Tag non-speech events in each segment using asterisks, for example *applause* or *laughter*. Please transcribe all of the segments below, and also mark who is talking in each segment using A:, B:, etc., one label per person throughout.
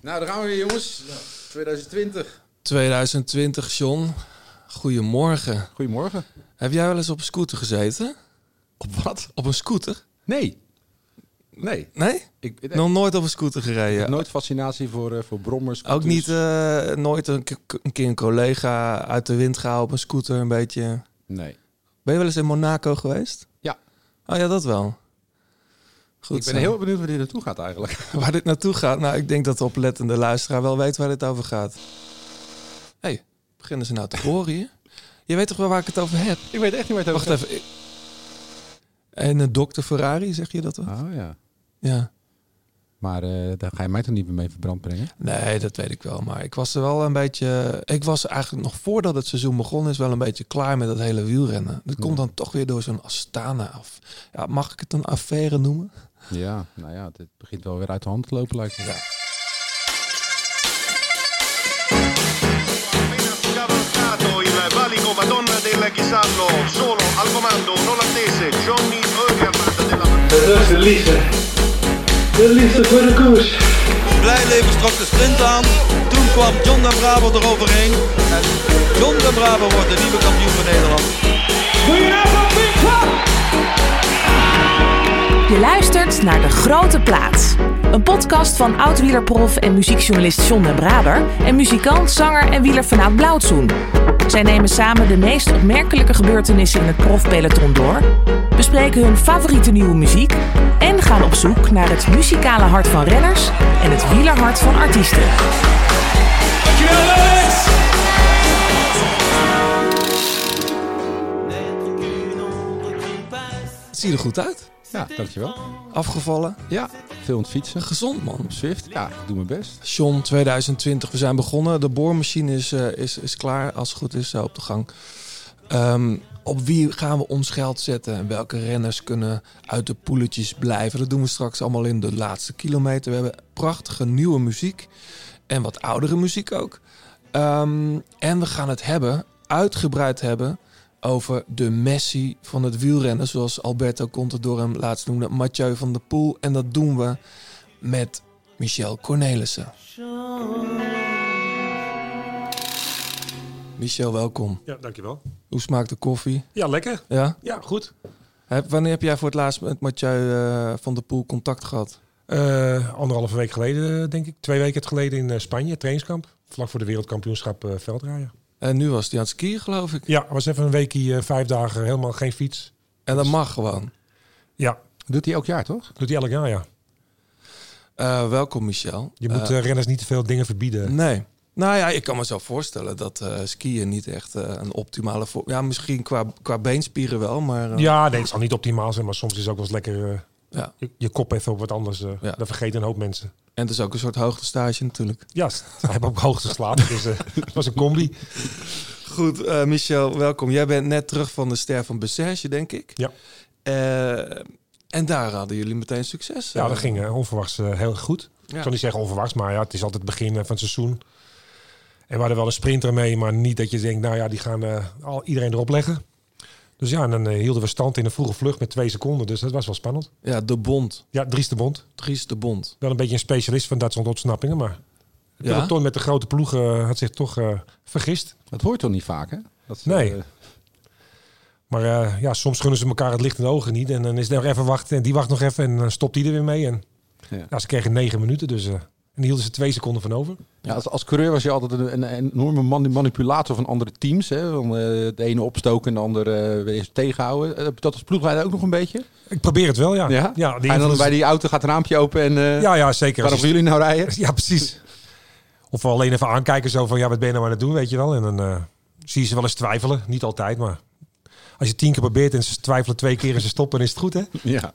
A: Nou, daar gaan we weer, jongens. 2020.
B: 2020, John. Goedemorgen.
A: Goedemorgen.
B: Heb jij wel eens op een scooter gezeten?
A: Op wat?
B: Op een scooter?
A: Nee. Nee.
B: Nee?
A: Ik, nee.
B: Nog nooit op een scooter gereden?
A: Nooit Dus- fascinatie voor, eh, voor brommers.
B: Ook
A: scooters.
B: niet eh, nooit een, k- k- een keer een collega uit de wind gehaald op een scooter een beetje.
A: Nee.
B: Ben je wel eens in Monaco geweest?
A: Ja.
B: Oh ja, dat wel. Goed
A: ik ben
B: zo.
A: heel benieuwd waar dit naartoe gaat eigenlijk.
B: *laughs*
A: *laughs*
B: Waar dit naartoe gaat? Nou, ik denk dat de oplettende luisteraar wel weet waar dit over gaat. Hé, hey, beginnen ze nou te horen hier? Je weet toch wel waar ik het over heb?
A: Ik weet echt niet waar het
B: Wacht even. ik- En een dokter Ferrari, zeg je dat wel?
A: Oh ja.
B: Ja.
A: Maar eh, daar ga je mij toch niet meer mee verbrand brengen?
B: Nee, dat weet ik wel. Maar ik was er wel een beetje... Ik was eigenlijk nog voordat het seizoen begon... is wel een beetje klaar met dat hele wielrennen. Dat komt
A: Ja.
B: dan toch weer door zo'n Astana af. Ja, mag ik het een affaire noemen?
A: Ja, nou ja, dit begint wel weer uit de hand te lopen lijkt me.
B: Ja.
C: appena scavalcato il valico Madonna del Chisallo, solo al comando un olandese Johnny Ogerman della
D: Dat is de liefde. De liefde voor de koers.
E: Blijleven trok de sprint aan. Toen kwam John de Braber eroverheen. En John de Braber wordt de nieuwe kampioen van Nederland.
F: Je luistert naar De Grote Plaats. Een podcast van oud-wielerprof en muziekjournalist John den Braber... en muzikant, zanger en wieler vanuit Blauwtsoen. Zij nemen samen de meest opmerkelijke gebeurtenissen in het profpeloton door... bespreken hun favoriete nieuwe muziek... en gaan op zoek naar het muzikale hart van renners... en het wielerhart van artiesten.
B: Het ziet er goed uit.
A: Ja, dankjewel.
B: Afgevallen.
A: Ja, veel aan het fietsen.
B: Gezond, man.
A: Op Zwift. Ja, ik doe mijn best.
B: John, 2020, we zijn begonnen. De boormachine is, eh, is, is klaar, als het goed is, eh, op de gang. Ehm, op wie gaan we ons geld zetten en welke renners kunnen uit de poeletjes blijven? Dat doen we straks allemaal in de laatste kilometer. We hebben prachtige nieuwe muziek en wat oudere muziek ook. Ehm, en we gaan het hebben, uitgebreid hebben, over de Messi van het wielrennen. Zoals Alberto Contador hem laatst noemde, Mathieu van der Poel. En dat doen we met Michel Cornelissen. Michel, welkom.
G: Ja, dankjewel.
B: Hoe smaakt de koffie?
G: Ja, lekker.
B: Ja?
G: Ja, goed.
B: Heb- wanneer heb jij voor het laatst met Mathieu eh, van der Poel contact gehad?
G: Eh, anderhalve week geleden, eh, denk ik. Twee weken geleden in eh, Spanje, trainingskamp. Vlak voor de wereldkampioenschap eh veldrijden.
B: En nu was hij aan het skiën, geloof ik.
G: Ja, was even een weekje, eh, vijf dagen, helemaal geen fiets.
B: En dat mag gewoon.
G: Ja,
A: Doet hij elk jaar, toch?
G: doet hij elk jaar, ja.
B: Eh, welkom, Michel.
G: Je moet
B: Eh,
G: eh, renners niet te veel dingen verbieden.
B: nee. Nou ja, ik kan me zo voorstellen dat eh, skiën niet echt eh, een optimale vorm... Ja, misschien qua, qua beenspieren wel, maar... eh,
G: Ja, nee, het zal niet optimaal zijn, maar soms is het ook wel eens lekker eh,
B: ja.
G: je, je kop even op wat anders. eh
B: Ja.
G: Dat vergeten een hoop mensen.
B: En het is ook een soort hoogtestage natuurlijk.
G: Ja, hij heeft op hoogte geslapen, dus eh, het was een combi.
B: Goed, eh, Michel, welkom. Jij bent net terug van de ster van Bessage, denk ik.
G: Ja.
B: Eh, en daar hadden jullie meteen succes.
G: Ja,
B: eh.
G: dat ging eh, onverwachts eh, heel goed.
B: Ja.
G: Ik zal niet zeggen onverwachts, maar ja, het is altijd het begin eh, van het seizoen. En we hadden wel een sprinter mee, maar niet dat je denkt, nou ja, die gaan eh, al, iedereen erop leggen. Dus ja, en dan eh, hielden we stand in een vroege vlucht met twee seconden. Dus dat was wel spannend.
B: Ja, de Bond.
G: Ja, Dries de Bond.
B: Dries de Bond.
G: Wel een beetje een specialist van dat soort ontsnappingen. Maar het
B: Ja?
G: peloton met de grote ploegen eh, had zich toch eh, vergist.
A: Dat hoort toch niet vaak, hè? Dat,
G: Nee.
A: eh,
G: Maar eh, ja, soms gunnen ze elkaar het licht in de ogen niet. En dan is er nog even wachten. En die wacht nog even. En dan stopt die er weer mee. En
A: Ja.
G: ja. ze kregen negen minuten. Dus, eh, en die hielden ze twee seconden van over.
A: Ja, als, als coureur was je altijd een, een enorme mani- manipulator van andere teams. Hè? Van, eh, de ene opstoken en de andere eh, weer eens tegenhouden. Eh, Heb je dat als ploegleider ook nog een beetje?
G: Ik probeer het wel, ja.
A: Ja?
G: Ah, ja, die
A: en dan
G: invloed-
A: bij die auto gaat het raampje open en eh
G: ja, ja zeker.
A: waarom
G: Als je-
A: willen jullie nou rijden?
G: *laughs* Ja, precies. Of alleen even aankijken zo van, ja, wat ben je nou aan het doen, weet je wel. En dan eh, zie je ze wel eens twijfelen. Niet altijd, maar als je tien keer probeert en ze twijfelen twee keer en ze stoppen, dan is het goed, hè?
A: Ja.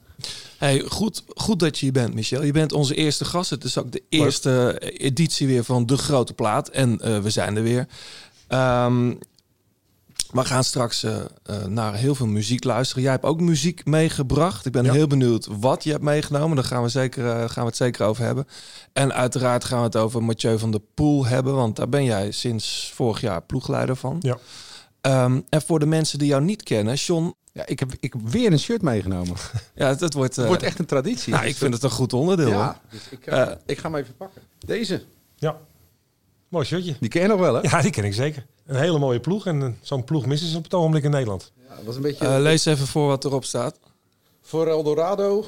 B: Hey, goed, goed dat je hier bent, Michel. Je bent onze eerste gast. Het is ook de eerste editie weer van De Grote Plaat. En eh, we zijn er weer. Ehm, we gaan straks eh, eh, naar heel veel muziek luisteren. Jij hebt ook muziek meegebracht. Ik ben
G: Ja.
B: heel benieuwd wat je hebt meegenomen. Daar gaan we, zeker, eh, gaan we het zeker over hebben. En uiteraard gaan we het over Mathieu van der Poel hebben. Want daar ben jij sinds vorig jaar ploegleider van.
G: Ja.
B: Ehm, en voor de mensen die jou niet kennen, John...
A: Ja, ik, heb, ik heb weer een shirt meegenomen.
B: Ja, het, het wordt... eh,
A: Het wordt echt een traditie.
B: nou, ik vind het een goed onderdeel. hoor.
A: Ja, dus ik, ga-
B: Eh.
A: ik ga hem even pakken. Deze.
G: Ja. Mooi shirtje.
A: Die ken je nog wel, hè?
G: Ja, die ken ik zeker. Een hele mooie ploeg. En eh, zo'n ploeg missen ze op het ogenblik in Nederland.
A: Dat was een beetje...
B: Eh, lees even voor wat erop staat.
A: Voor Eldorado,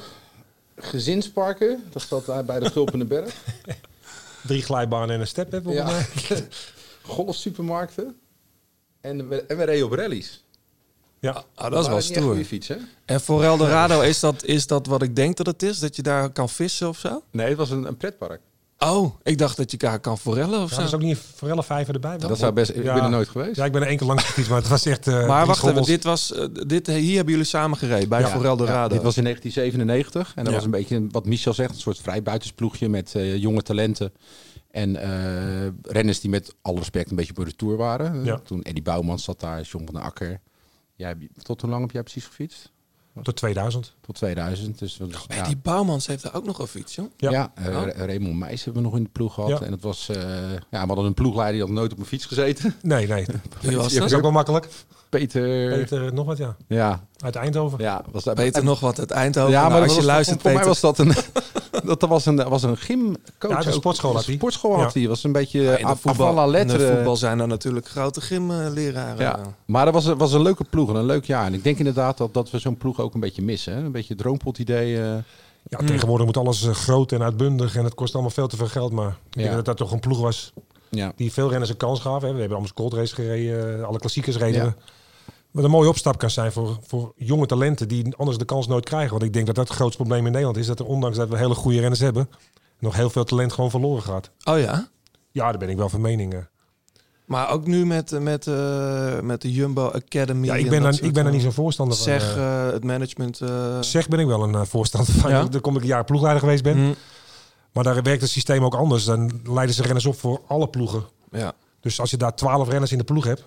A: gezinsparken. Dat zat daar bij de Gulpende Berg.
G: Drie glijbanen en een step hebben we
A: ja.
G: ja.
A: *laughs* Golfsupermarkten. En we, en we reden op rallies.
G: ja.
B: Ah, dat is wel
A: Waren niet echt
B: stoer.
A: goede fiets, hè?
B: En voor Eldorado is dat, is dat wat ik denk dat het is? Dat je daar kan vissen of zo?
A: Nee, het was een, een pretpark.
B: Oh, ik dacht dat je daar kan forellen of
G: Ja,
B: zo.
G: dat is ook niet voor alle vijven erbij.
A: Dat zou best... Ik ben er nooit geweest.
G: Ja, ik ben er één keer langs gefietst, maar het was echt... eh,
B: maar
G: drie
B: wacht even,
G: schommels.
B: dit was, eh, dit, hier hebben jullie samen gereden bij voor Eldorado.
A: dit was in 1997 en dat
B: Ja.
A: was een beetje een- wat Michel zegt, een soort vrijbuitensploegje met eh, jonge talenten. En eh, renners die met alle respect een beetje op de tour waren.
G: Ja.
A: Toen Eddie Bouwman zat daar, John van den Akker. Jij, hebt- tot hoe lang heb jij precies gefietst?
G: Tot 2000.
A: Tot 2000. Dus, dat is-
B: Hey, Die Bouwmans heeft daar ook nog een fiets, joh.
A: ja.
G: Ja.
A: Ja, eh, Ra- Raymond Meijs hebben we nog in de ploeg gehad.
G: Ja.
A: En dat was, eh, ja, we hadden een ploegleider die had nooit op mijn fiets gezeten.
G: Nee, nee.
B: Wie was
G: Dat
B: dat?
G: is ook wel makkelijk.
A: Peter,
G: Peter, nog wat, ja.
A: Ja,
G: Uit Eindhoven.
A: ja, was daar
B: Peter nog wat uit Eindhoven.
A: Ja, maar
B: Nou,
A: dat
B: als je
A: was-
B: luistert,
A: voor, voor
B: Peter.
A: mij was dat een, *laughs* dat er was een, was een gymcoach.
G: Ja, een
A: ook.
G: sportschool had hij.
A: sportschool had
G: Ja.
A: hij. was een beetje eh,
B: in
A: ja,
B: de voetbal,
A: voetbal,
B: in de
A: letteren.
B: voetbal zijn er natuurlijk grote gymleraren.
A: Ja. Maar dat was, een- was een leuke ploeg en een leuk jaar. En ik denk inderdaad dat, dat we zo'n ploeg ook een beetje missen. Hè? Een beetje het droompot-idee. eh.
G: Ja, tegenwoordig moet alles eh, groot en uitbundig en het kost allemaal veel te veel geld. Maar ik denk
A: Ja.
G: dat dat toch een ploeg was
A: ja.
G: die veel renners een kans gaf. Hè. We hebben allemaal Cold Race gereden, eh, alle klassiekers reden
A: Ja.
G: we. Wat een mooie opstap kan zijn voor, voor jonge talenten die anders de kans nooit krijgen. Want ik denk dat dat het grootste probleem in Nederland is. Dat er ondanks dat we hele goede renners hebben, nog heel veel talent gewoon verloren gaat.
B: Oh ja?
G: Ja, daar ben ik wel van mening. eh.
B: Maar ook nu met, met, eh, met de Jumbo Academy.
G: Ja, ik
B: en
G: ben,
B: dat
G: daar,
B: soort
G: ik ben daar
B: van-
G: niet zo'n voorstander van.
B: Zeg,
G: eh.
B: eh, het management... eh,
G: zeg ben ik wel een eh, voorstander van.
B: Ja?
G: *laughs* Daar kom ik een jaar ploegleider geweest ben.
B: mm,
G: Maar daar werkt het systeem ook anders. Dan leiden ze renners op voor alle ploegen.
B: ja.
G: Dus als je daar twaalf renners in de ploeg hebt.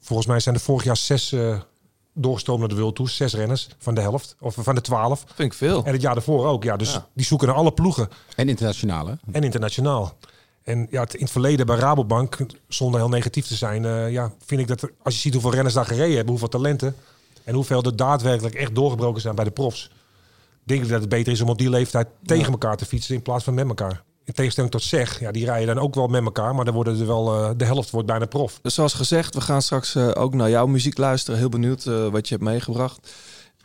G: Volgens mij zijn er vorig jaar zes eh doorgestroomd naar de World Tour. Zes renners van de helft. Of van de twaalf.
B: Vind ik veel.
G: En het jaar daarvoor ook. Ja, dus
B: Ja.
G: die zoeken naar alle ploegen.
A: En internationale.
G: En internationaal. En ja, het- in het verleden bij Rabobank, zonder heel negatief te zijn, eh, ja, vind ik dat er- als je ziet hoeveel renners daar gereden hebben, hoeveel talenten en hoeveel er daadwerkelijk echt doorgebroken zijn bij de profs, denk ik dat het beter is om op die leeftijd tegen elkaar te fietsen in plaats van met elkaar. In tegenstelling tot zeg, ja, die rijden dan ook wel met elkaar, maar dan worden er wel eh, de helft wordt bijna prof.
B: Dus zoals gezegd, we gaan straks eh, ook naar jouw muziek luisteren. Heel benieuwd eh, wat je hebt meegebracht.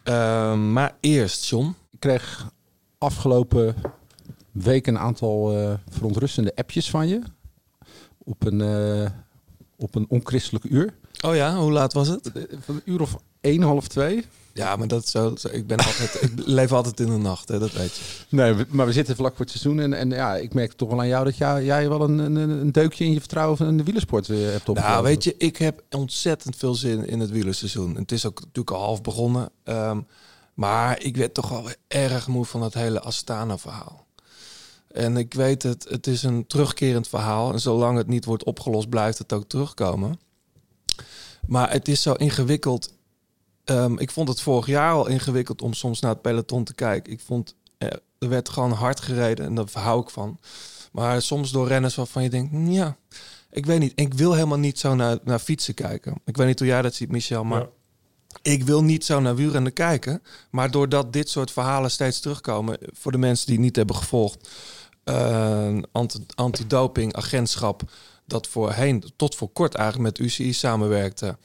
B: Ehm, maar eerst, John.
A: Ik kreeg afgelopen week een aantal eh, verontrustende appjes van je. Op een, eh, op een onchristelijk uur.
B: Oh ja, hoe laat was het?
A: Van een uur of één, half twee.
B: Ja, maar dat zo. zo- Ik, ben altijd, ik leef altijd in de nacht, hè, dat weet je.
A: Nee, we- maar we zitten vlak voor het seizoen. En, en ja, ik merk toch wel aan jou dat jij, jij wel een, een, een deukje in je vertrouwen van de wielersport eh, hebt opgelopen.
B: Nou, weet je, ik heb ontzettend veel zin in het wielerseizoen. Het is ook natuurlijk al half begonnen. ehm, maar ik werd toch wel erg moe van dat hele Astana-verhaal. En ik weet het, het is een terugkerend verhaal. En zolang het niet wordt opgelost, blijft het ook terugkomen. Maar het is zo ingewikkeld. Ehm, ik vond het vorig jaar al ingewikkeld om soms naar het peloton te kijken. Ik vond, eh, er werd gewoon hard gereden en daar hou ik van. Maar soms door renners waarvan je denkt, "Mm, ja, ik weet niet. Ik wil helemaal niet zo naar, naar fietsen kijken. Ik weet niet hoe jij dat ziet, Michel, maar
G: Ja.
B: ik wil niet zo naar wielrennen kijken. Maar doordat dit soort verhalen steeds terugkomen, voor de mensen die het niet hebben gevolgd, eh, anti- antidoping agentschap dat voorheen, tot voor kort eigenlijk met UCI samenwerkte,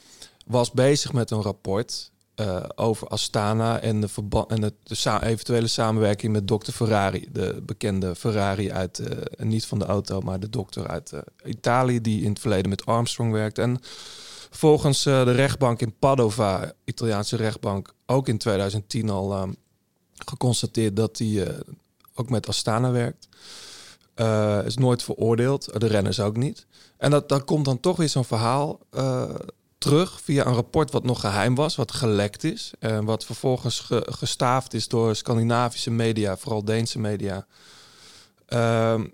B: was bezig met een rapport eh, over Astana en, de, verba- en het, de sa- eventuele samenwerking met Dr. Ferrari, de bekende Ferrari uit, eh, niet van de auto, maar de dokter uit eh, Italië, die in het verleden met Armstrong werkte. En volgens eh, de rechtbank in Padova, Italiaanse rechtbank, ook in 2010 al eh, geconstateerd dat hij eh, ook met Astana werkt. Eh, is nooit veroordeeld, de renners ook niet. En dat, daar komt dan toch weer zo'n verhaal eh, terug via een rapport wat nog geheim was, wat gelekt is. En wat vervolgens ge- gestaafd is door Scandinavische media, vooral Deense media. Ehm,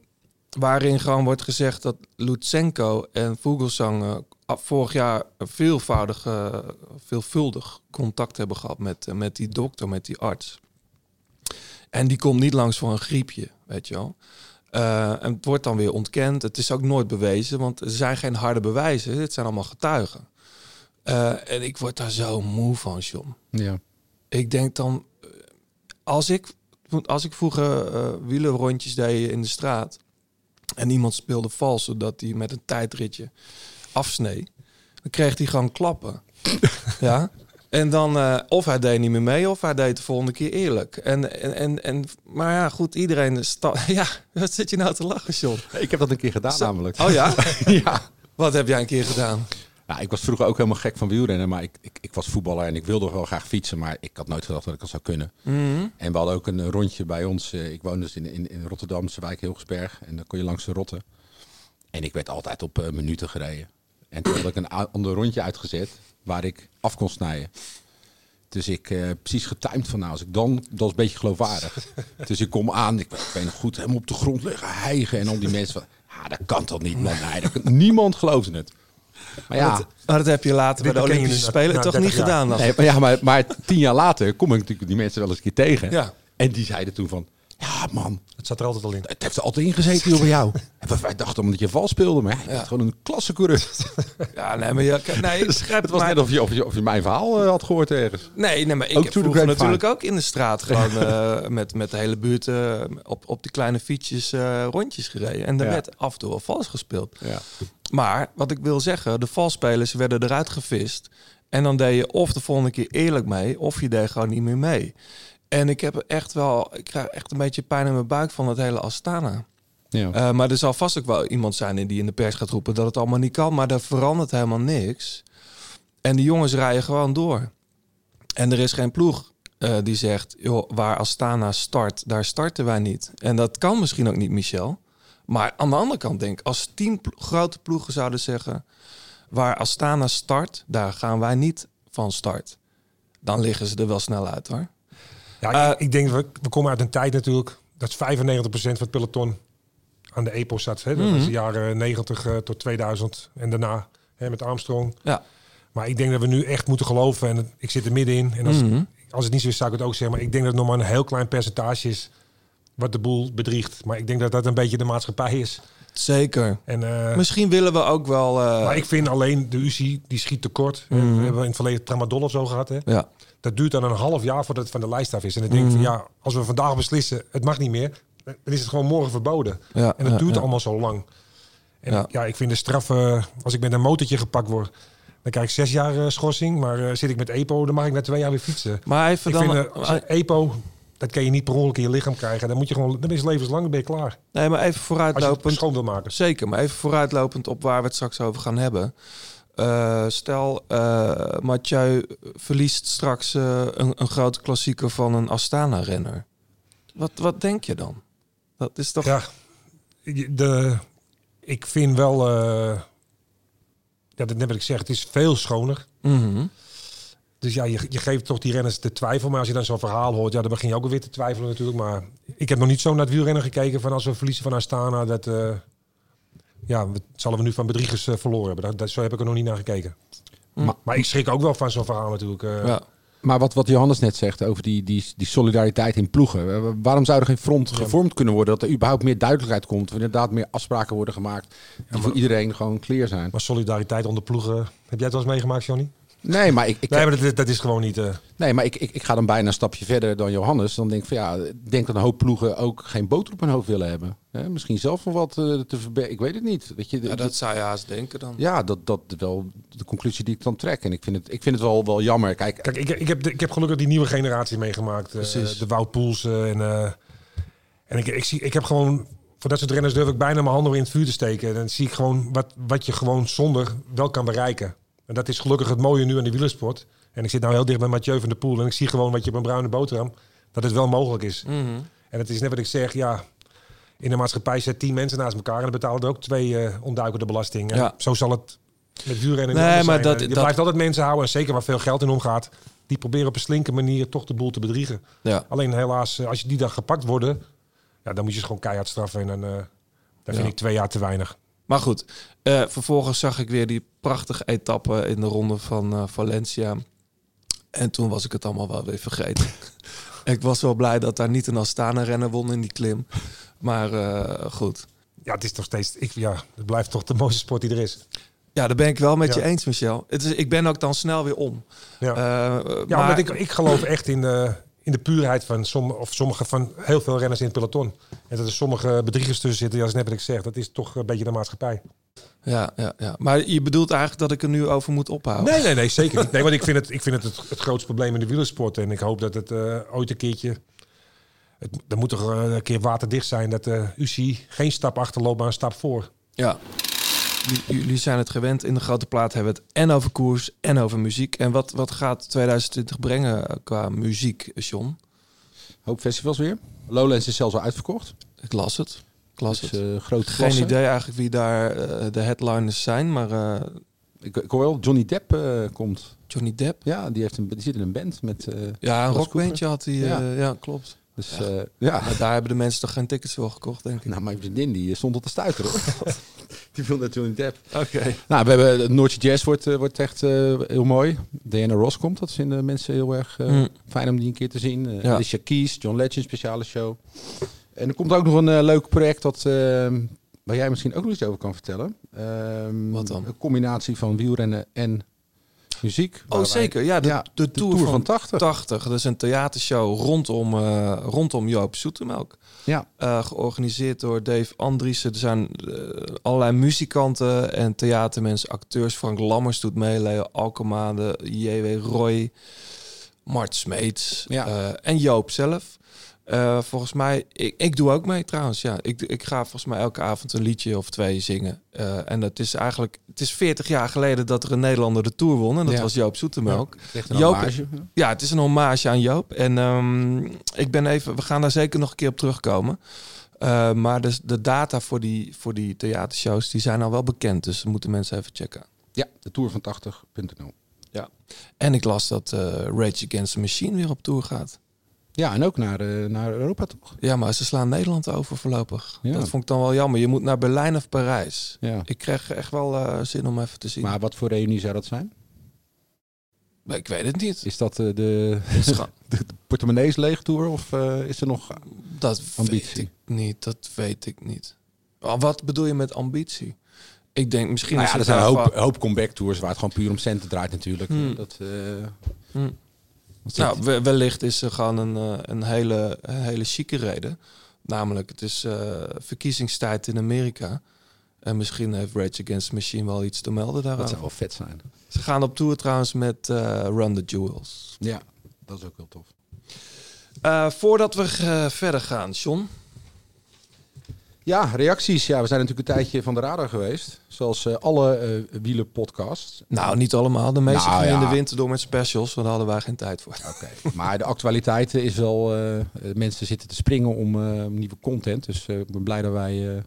B: waarin gewoon wordt gezegd dat Lutsenko en Vogelsang eh, af- vorig jaar veelvoudig, eh, veelvuldig contact hebben gehad met, eh, met die dokter, met die arts. En die komt niet langs voor een griepje, weet je wel. Eh, en het wordt dan weer ontkend. Het is ook nooit bewezen, want er zijn geen harde bewijzen. Het zijn allemaal getuigen. Eh, en ik word daar zo moe van, John
A: Ja.
B: ik denk dan, eh, als ik, als ik vroeger eh wielenrondjes deed in de straat, En iemand speelde vals, zodat hij met een tijdritje afsnee. Dan kreeg hij gewoon
A: *laughs*
B: klappen. ja. En dan, eh, of hij deed niet meer mee, of hij deed de volgende keer eerlijk. En, en, en, en, maar ja, goed, iedereen... sta- *laughs* Ja, wat zit je nou te lachen, John?
A: Ik heb dat een keer gedaan namelijk. *laughs*
B: Oh ja?
A: ja.
B: Wat heb jij een keer gedaan?
A: Nou, ik was vroeger ook helemaal gek van wielrennen, maar ik, ik, ik was voetballer en ik wilde wel graag fietsen, maar ik had nooit gedacht dat ik dat zou kunnen. En we hadden ook een eh, rondje bij ons. eh, Ik woonde dus in, in, in Rotterdamse wijk Hilgersberg en dan kon je langs de rotten. En ik werd altijd op eh, minuten gereden. En toen had ik een a- ander rondje uitgezet waar ik af kon snijden. Dus ik eh, precies getimed van nou, als ik dan, dat is een beetje geloofwaardig. dus ik kom aan, ik ben- ik ben nog goed helemaal op de grond liggen hijgen en al die mensen van, ah, dat kan toch niet man, nee, dat kan- niemand geloofde het. Maar ja,
B: Dat, maar dat heb je later
G: Dit
B: bij de
G: ken je
B: Olympische
G: dus na-
B: Spelen
G: na
B: toch
G: 30
B: niet
G: jaar.
B: gedaan? dacht ik.
A: Nee, maar, ja, maar, maar tien jaar later kom ik natuurlijk die mensen wel eens een keer tegen.
B: Ja.
A: En die zeiden toen van, ja man,
G: Het zat er altijd al in.
A: het heeft er altijd ingezeten joh, bij jou. En wij- wij dachten omdat je vals speelde, maar ja, je bent gewoon een klassecoureur. *laughs*
B: Ja, nee, maar je, nee, ik
A: Het
B: begrijp het
A: was
B: maar-
A: net of je, of, je, of je mijn verhaal eh, had gehoord ergens.
B: Nee, nee, maar ik
A: Ook
B: heb
A: to the
B: vroeger
A: grapevine.
B: natuurlijk ook in de
A: *laughs*
B: straat gewoon eh, met, met de hele buurt eh, op, op die kleine fietsjes eh, rondjes gereden. En er
A: Ja.
B: werd af en toe wel vals gespeeld.
A: Ja.
B: Maar wat ik wil zeggen, de valspelers werden eruit gevist. En dan deed je of de volgende keer eerlijk mee, of je deed gewoon niet meer mee. En ik heb er echt wel, ik krijg echt een beetje pijn in mijn buik van dat hele Astana.
A: Ja.
B: Eh, maar er zal vast ook wel iemand zijn die in de pers gaat roepen dat het allemaal niet kan. Maar daar verandert helemaal niks. En die jongens rijden gewoon door. En er is geen ploeg eh, die zegt, joh, waar Astana start, daar starten wij niet. En dat kan misschien ook niet, Michel. Maar aan de andere kant denk ik, als tien plo- grote ploegen zouden zeggen... waar Astana start, daar gaan wij niet van start. Dan liggen ze er wel snel uit, hoor.
G: Ja, ik, ik denk, dat we, we komen uit een tijd natuurlijk dat 95% van het peloton aan de EPO zat. Hè? Dat was de jaren 90 eh, tot 2000 en daarna hè, met Armstrong.
B: Ja,
G: Maar ik denk dat we nu echt moeten geloven. En het- ik zit er middenin. En als, als het niet zo is, zou ik het ook zeggen. Maar ik denk dat het nog maar een heel klein percentage is wat de boel bedriegt. Maar ik denk dat dat een beetje de maatschappij is.
B: zeker.
G: En, eh,
B: Misschien willen we ook wel... eh,
G: maar ik vind alleen de UCI, die schiet tekort. Eh, We hebben in het verleden Tramadol of zo gehad. Hè?
B: ja.
G: Dat duurt dan een half jaar voordat het van de lijst af is. En dan denk ik
B: Mhm.
G: van ja, als we vandaag beslissen, het mag niet meer, dan is het gewoon morgen verboden.
B: Ja,
G: en dat
B: ja,
G: duurt
B: ja.
G: allemaal zo lang. En
B: Ja.
G: ja. ik vind de straf, eh, als ik met een motortje gepakt word, dan krijg ik zes jaar eh, schorsing. Maar eh, zit ik met EPO, dan mag ik na twee jaar weer fietsen.
B: Maar even
G: ik
B: dan...
G: vind eh, als- EPO, dat kan je niet per ongeluk in je lichaam krijgen. Dan moet je gewoon, dan is het levenslang, dan ben je klaar.
B: Nee, maar even
G: Als je het
B: vooruitlopend.
G: schoon wil maken.
B: Zeker, maar even vooruitlopend op waar we het straks over gaan hebben. Eh, stel, eh Mathieu verliest straks eh, een, een grote klassieker van een Astana-renner. Wat, wat denk je dan? Dat is toch...
G: Ja, je- de, ik vind wel, eh, ja, dat net wat ik zeg, het is veel schoner.
B: Mhm.
G: Dus ja, je, je geeft toch die renners de twijfel. Maar als je dan zo'n verhaal hoort, ja, dan begin je ook weer te twijfelen natuurlijk. Maar ik heb nog niet zo naar het wielrennen gekeken van als we verliezen van Astana, dat... eh, ja, wat zullen we nu van bedriegers eh, verloren hebben. Dat, dat- zo heb ik er nog niet naar gekeken.
A: Maar-
G: Maar, ik schrik ook wel van zo'n verhaal natuurlijk. eh.
B: ja.
A: Maar wat, wat Johannes net zegt over die, die, die solidariteit in ploegen. eh, Waarom zou er geen front gevormd kunnen worden? Dat er überhaupt meer duidelijkheid komt. Of inderdaad meer afspraken worden gemaakt. Die voor iedereen gewoon clear zijn.
G: Maar solidariteit onder ploegen, heb jij het wel eens meegemaakt, Johnny?
A: Nee, maar ik, ik,
G: Nee, maar dat, dat is gewoon niet... eh,
A: Nee, maar ik, ik, ik ga dan bijna een stapje verder dan Johannes. Dan denk ik van ja, ik denk dat een hoop ploegen ook geen boter op hun hoofd willen hebben. Hè, misschien zelf nog wat eh, te verbergen. Ik weet het niet. Weet je,
B: Ja,
A: dat,
B: dat zou je haast denken dan.
A: ja dat, dat wel de conclusie die ik dan trek. En ik vind het, ik vind het wel, wel jammer. Kijk,
G: Kijk, ik, ik, heb, de- ik heb gelukkig die nieuwe generatie meegemaakt. eh,
B: Precies.
G: de Wout Poels. eh, en eh, en ik, ik, zie, ik heb gewoon... Voor dat soort renners durf ik bijna mijn handen in het vuur te steken. En dan zie ik gewoon wat, wat je gewoon zonder wel kan bereiken. En dat is gelukkig het mooie nu aan de wielersport. En ik zit nou heel dicht bij Mathieu van der Poel. En ik zie gewoon wat je op een bruine boterham... dat het wel mogelijk is.
B: Mm. Mhm.
G: En het is net wat ik zeg, ja... In de maatschappij zet tien mensen naast elkaar... en dan betalen er ook twee eh ontduikende belasting. En
B: Ja.
G: Zo zal het met wielrennen
B: Nee,
G: nee,
B: maar
G: maar
B: dat-
G: Eh, je
B: dat-
G: blijft altijd mensen houden, en zeker waar veel geld in omgaat, die proberen op een slinke manier toch de boel te bedriegen.
B: Ja.
G: Alleen helaas, eh, als je die dag gepakt worden, ja, dan moet je ze gewoon keihard straffen. En dan, eh, daar vind
B: Ja.
G: ik twee jaar te weinig.
B: Maar goed, eh, vervolgens zag ik weer die prachtige etappe in de ronde van eh, Valencia. En toen was ik het allemaal wel weer vergeten. *laughs* ik was wel blij dat daar niet een Astana-renner won in die klim. Maar eh, goed.
G: Ja, het is toch steeds, ik, ja, het blijft toch de *laughs* mooiste sport die er is.
B: Ja, daar ben ik wel met
G: Ja.
B: je eens, Michel. Het is, ik ben ook dan snel weer om.
G: Ja,
B: Eh,
G: ja
B: maar
G: omdat ik, ik geloof echt in, eh, in de puurheid van, som, of sommige, van heel veel renners in het peloton. En dat er sommige bedriegers tussen zitten, ja, dat is net wat ik zeg. Dat is toch een beetje de maatschappij.
B: Ja, ja, ja. Maar je bedoelt eigenlijk dat ik er nu over moet ophouden.
G: Nee, nee, nee, zeker niet. Nee, want ik vind het, ik vind het, het, het grootste probleem in de wielersport. En ik hoop dat het eh, ooit een keertje... Het, er moet toch eh, een keer waterdicht zijn dat de UCI geen stap achterloopt, maar een stap voor.
B: Ja. J- Jullie zijn het gewend. In de grote plaat hebben we het en over koers en over muziek. En wat, wat gaat 2020 brengen eh, qua muziek, John?
A: Hoop festivals weer. Lowlands is zelfs al uitverkocht.
B: Ik las het. Ik las
A: Dus,
B: het.
A: eh, grote
B: Geen
A: klassen.
B: idee eigenlijk wie daar eh, de headliners zijn, maar eh,
A: Ik, ik hoor wel, Johnny Depp eh, komt.
B: Johnny Depp.
A: Ja, die, heeft een, die zit in een band met... eh,
B: Ja, een
A: Alice
B: rockbandje had hij. eh,
A: Ja.
B: ja. klopt.
A: dus, eh, ja.
B: Maar daar hebben de mensen toch geen tickets voor gekocht, denk ik.
A: *laughs* Nou, mijn vriendin die stond op te stuiteren. hoor. *laughs* die viel naar Johnny Depp.
B: Oké.
A: Nou, we hebben het Noordje Jazz wordt, eh, wordt echt eh, heel mooi. Diana Ross komt, dat vinden mensen heel erg eh,
B: Mm.
A: fijn om die een keer te zien. Eh,
B: Ja.
A: Alicia Keys, John Legend, speciale show. En er komt ook nog een eh, leuk project dat, eh, waar jij misschien ook nog iets over kan vertellen. Ehm,
B: Wat dan?
A: Een combinatie van wielrennen en muziek. Waar
B: Oh,
A: wij-
B: zeker. Ja, de,
A: Ja,
B: de, tour,
A: Tour
B: van,
A: van 80.
B: 80. Dat is een theatershow rondom, eh, rondom Joop Zoetemelk.
A: Ja.
B: Eh, georganiseerd door Dave Andriessen. Er zijn eh, allerlei muzikanten en theatermensen, acteurs. Frank Lammers doet mee, Leo Alkemade, J.W. Roy, Mart Smeets
A: Ja.
B: eh, en Joop zelf. Eh, volgens mij, ik, ik doe ook mee trouwens. Ja, ik, ik ga volgens mij elke avond een liedje of twee zingen. Eh, en dat is eigenlijk, het is 40 jaar geleden dat er een Nederlander de Tour won. En dat
A: Ja.
B: was Joop Zoetemelk.
A: Het is echt een
B: Joop-
A: hommage.
B: Ja, het is een hommage aan Joop. En ehm, ik ben even, we gaan daar zeker nog een keer op terugkomen. Eh, maar de, de data voor die, voor die theatershows die zijn al wel bekend. Dus dat moeten mensen even checken.
A: Ja, de Tour van 80.nl.
B: En ik las dat eh, Rage Against the Machine weer op tour gaat.
A: Ja, en ook naar, eh, naar Europa toch?
B: Ja, maar ze slaan Nederland over voorlopig.
A: Ja.
B: Dat vond ik dan wel jammer. Je moet naar Berlijn of Parijs.
A: Ja.
B: Ik kreeg echt wel eh, zin om even te zien.
A: Maar wat voor reunie zou dat zijn?
B: Maar ik weet het niet.
A: Is dat eh, de,
B: Scha-
A: de portemonnees leeg tour of eh, is er nog
B: *laughs* Dat weet
A: Ambitie.
B: ik niet. Dat weet ik niet. Ah, Wat bedoel je met ambitie? Ik denk misschien.
A: Nou
B: is
A: ja, er
B: het
A: zijn een
B: wel
A: hoop,
B: gewoon-
A: hoop comeback tours waar het gewoon puur om centen draait natuurlijk.
B: Hmm.
A: Dat, eh,
B: Hmm.
A: wat
B: Nou,
A: zit-
B: we- wellicht is er gewoon een, eh, een, hele, een hele chique reden. Namelijk, het is eh, verkiezingstijd in Amerika. En misschien heeft Rage Against the Machine wel iets te melden
A: dat
B: daarover.
A: zou wel vet zijn.
B: Ze gaan op tour trouwens met eh, Run the Jewels.
A: Ja, dat is ook heel tof.
B: Eh, voordat we eh, verder gaan, John.
A: Ja, reacties. Ja, we zijn natuurlijk een tijdje van de radar geweest. Zoals eh, alle eh wielenpodcasts.
B: Nou, niet allemaal. De meeste
A: Nou,
B: gingen in
A: ja.
B: de winter door met specials, want daar hadden wij geen tijd voor.
A: Oké. maar de actualiteit eh, is wel... eh, eh, mensen zitten te springen om eh, nieuwe content. Dus eh, ik ben blij dat wij... eh,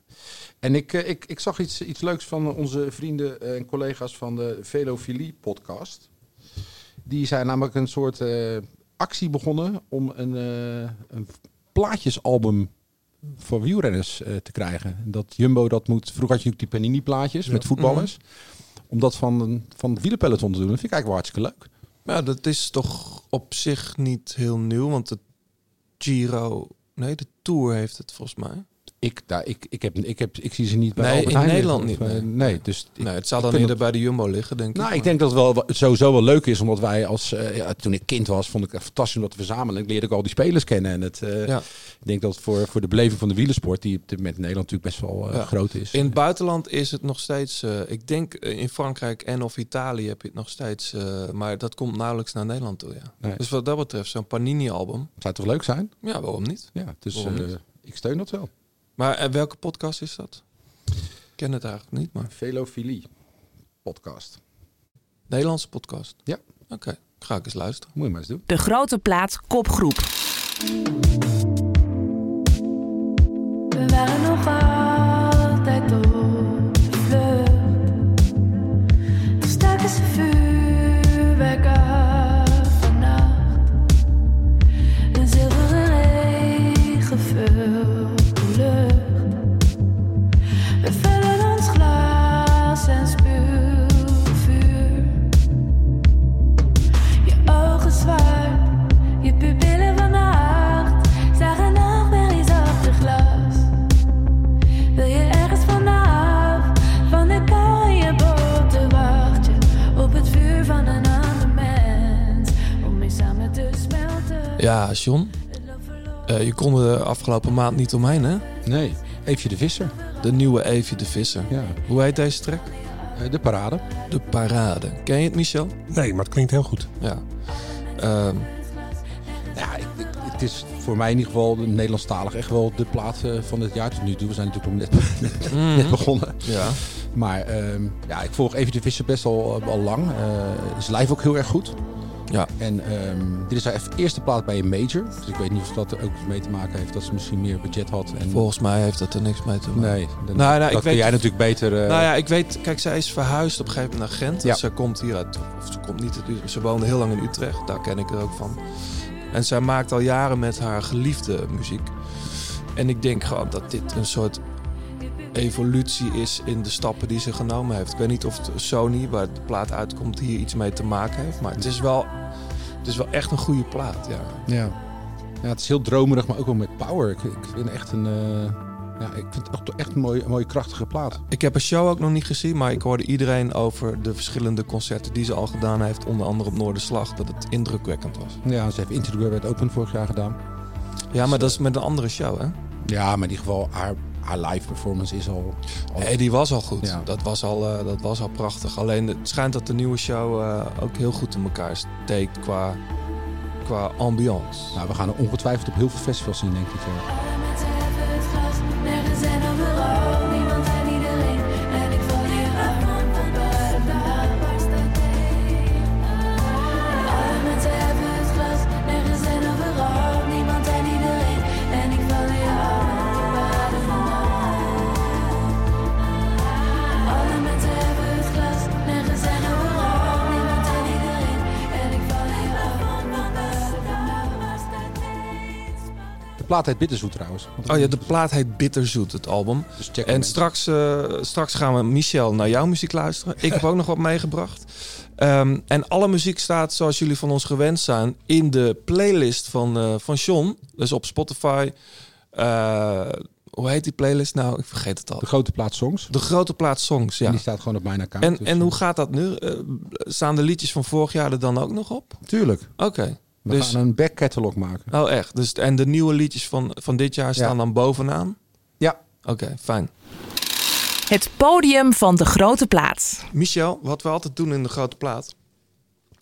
A: En ik, eh, ik, ik zag iets, iets leuks van onze vrienden en collega's van de Velofilie podcast. Die zijn namelijk een soort eh, actie begonnen om een, eh, een plaatjesalbum voor wielrenners eh, te krijgen. Dat Jumbo dat moet... Vroeger had je natuurlijk die panini plaatjes met voetballers. Om dat van, van het wielerpeloton te doen. Dat vind ik eigenlijk wel hartstikke leuk.
B: *laughs* Nou, dat is toch op zich niet heel nieuw, want de Giro... Nee, de Tour heeft het volgens mij.
A: Ik, daar, ik, ik, heb, ik, heb, ik zie ze niet bij
B: Nee,
A: Albert
B: in
A: Heijn
B: Nederland
A: liggen.
B: niet,
A: Of, eh,
B: nee.
A: nee, dus ik-
B: Nee, het zou
A: ik
B: dan
A: vind
B: eerder bij de Jumbo liggen, denk ik.
A: Nou, ik
B: maar-
A: denk dat het wel, wel- sowieso wel leuk is, omdat wij als... eh, ja, toen ik kind was, vond ik het fantastisch om dat te verzamelen. Ik leerde ook al die spelers kennen. En het, eh,
B: Ja.
A: ik denk dat voor, voor de beleving van de wielersport, die op dit moment in Nederland natuurlijk best wel eh,
B: Ja.
A: groot is.
B: In het buitenland is het nog steeds... eh, ik denk eh, in Frankrijk en of Italië heb je het nog steeds... eh, maar dat komt nauwelijks naar Nederland toe, ja.
A: Nee.
B: Dus wat dat betreft, zo'n Panini-album...
A: Zou het toch leuk zijn?
B: Ja, waarom niet?
A: Ja, dus
B: Waarom
A: eh,
B: niet?
A: ik steun dat wel.
B: Maar eh, welke podcast is dat? Ik ken het eigenlijk niet, maar...
A: Velofilie podcast.
B: Nederlandse podcast?
A: Ja.
B: Oké, ga ik eens luisteren.
A: Moet je maar eens doen.
F: De grote plaat kopgroep.
H: We waren nog altijd op de vlucht. De sterkste vuurwerk uit vannacht. Een zilveren regen vult de lucht. We vullen ons glas en spuwen vuur. Je ogen zwart, je pupillen van hart. Zagen nachtmerries op de glas.
B: Ja, John. eh, je kon er de afgelopen maand niet omheen, hè?
A: Nee, Eefje de Visser.
B: De nieuwe Eefje de Visser.
A: Ja.
B: Hoe heet deze track?
A: Eh, De parade.
B: De Parade. Ken je het, Michel?
G: Nee, maar het klinkt heel goed.
B: Ja. Ehm,
A: Ja, ik- ik- het is voor mij in ieder geval de Nederlandstalig echt wel de plaat eh, van dit jaar tot nu toe. We zijn natuurlijk nog net, *laughs* net, net begonnen.
B: Mhm. ja.
A: Maar ehm, ja, ik volg even de Visser best al, al lang. Eh is live ook heel erg goed.
B: Ja.
A: En ehm, dit is haar eff- eerste plaat bij een major. Dus ik weet niet of dat er ook mee te maken heeft dat ze misschien meer budget had. En...
B: Volgens mij heeft dat er niks mee te maken.
A: Nee, dan-
B: Nou, nou,
A: dat
B: ik
A: kun
B: weet-
A: jij natuurlijk beter. eh,
B: Nou ja, ik weet, kijk, zij is verhuisd op een gegeven moment naar Gent.
A: Ja.
B: Dus zij komt hier uit, of ze komt niet uit Utrecht. Ze woonde heel lang in Utrecht, daar ken ik er ook van. En zij maakt al jaren met haar geliefde muziek. En ik denk gewoon dat dit een soort evolutie is in de stappen die ze genomen heeft. Ik weet niet of het Sony, waar de plaat uitkomt, hier iets mee te maken heeft. Maar het is wel, het is wel echt een goede plaat, ja.
A: Ja. ja, het is heel dromerig, maar ook wel met power. Ik, ik vind echt een. eh, ja, ik vind het echt, echt een mooie, een mooie krachtige plaat.
B: Ik heb een show ook nog niet gezien, maar ik hoorde iedereen over de verschillende concerten die ze al gedaan heeft. Onder andere op Noorderslag, dat het indrukwekkend was.
A: Ja, ze heeft Interview bij het Open vorig jaar gedaan.
B: Ja, maar dat is met een andere show,
A: Oh.
B: hè?
A: Ja, maar in ieder geval, haar, haar live performance is al. al-
B: Nee, die was al goed.
A: Ja.
B: Dat, was al, eh, dat was al prachtig. Alleen het schijnt dat de nieuwe show eh, ook heel goed in elkaar steekt qua, qua ambiance.
A: Nou, we gaan haar ongetwijfeld op heel veel festivals zien, denk ik. eh.
H: Alle mensen hebben het glas, nergens en overal. Niemand en iedereen. En ik val hier aan, want waar de barst dat Alle mensen hebben het glas, nergens en overal. Niemand en iedereen. En ik val hier aan, want waar de Alle mensen hebben het glas, nergens en overal. Niemand en iedereen. En ik val hier aan, want waar de barst dat
A: De plaat heet Bitterzoet trouwens. Want-
B: Oh ja, de plaat heet Bitterzoet, het album.
A: Dus check
B: En
A: hem.
B: straks, eh, straks gaan we, Michel, naar jouw muziek luisteren.
A: *laughs*
B: Ik heb ook nog wat meegebracht. Ehm, en alle muziek staat, zoals jullie van ons gewend zijn, in de playlist van, eh, van John. Dus op Spotify. Eh, hoe heet die playlist nou? Ik vergeet het al.
A: De grote plaat Songs.
B: De grote plaat songs,
A: En
B: ja.
A: die staat gewoon op mijn account.
B: En,
A: dus,
B: en
A: eh,
B: hoe gaat dat nu? Eh, staan de liedjes van vorig jaar er dan ook nog op?
A: Tuurlijk.
B: Oké.
A: We
B: Dus,
A: gaan een back catalog maken.
B: oh echt. Dus, en de nieuwe liedjes van, van dit jaar staan dan bovenaan?
A: Ja.
B: Oké, fijn.
F: Het podium van de grote plaat.
B: Michel, wat we altijd doen in de grote plaat.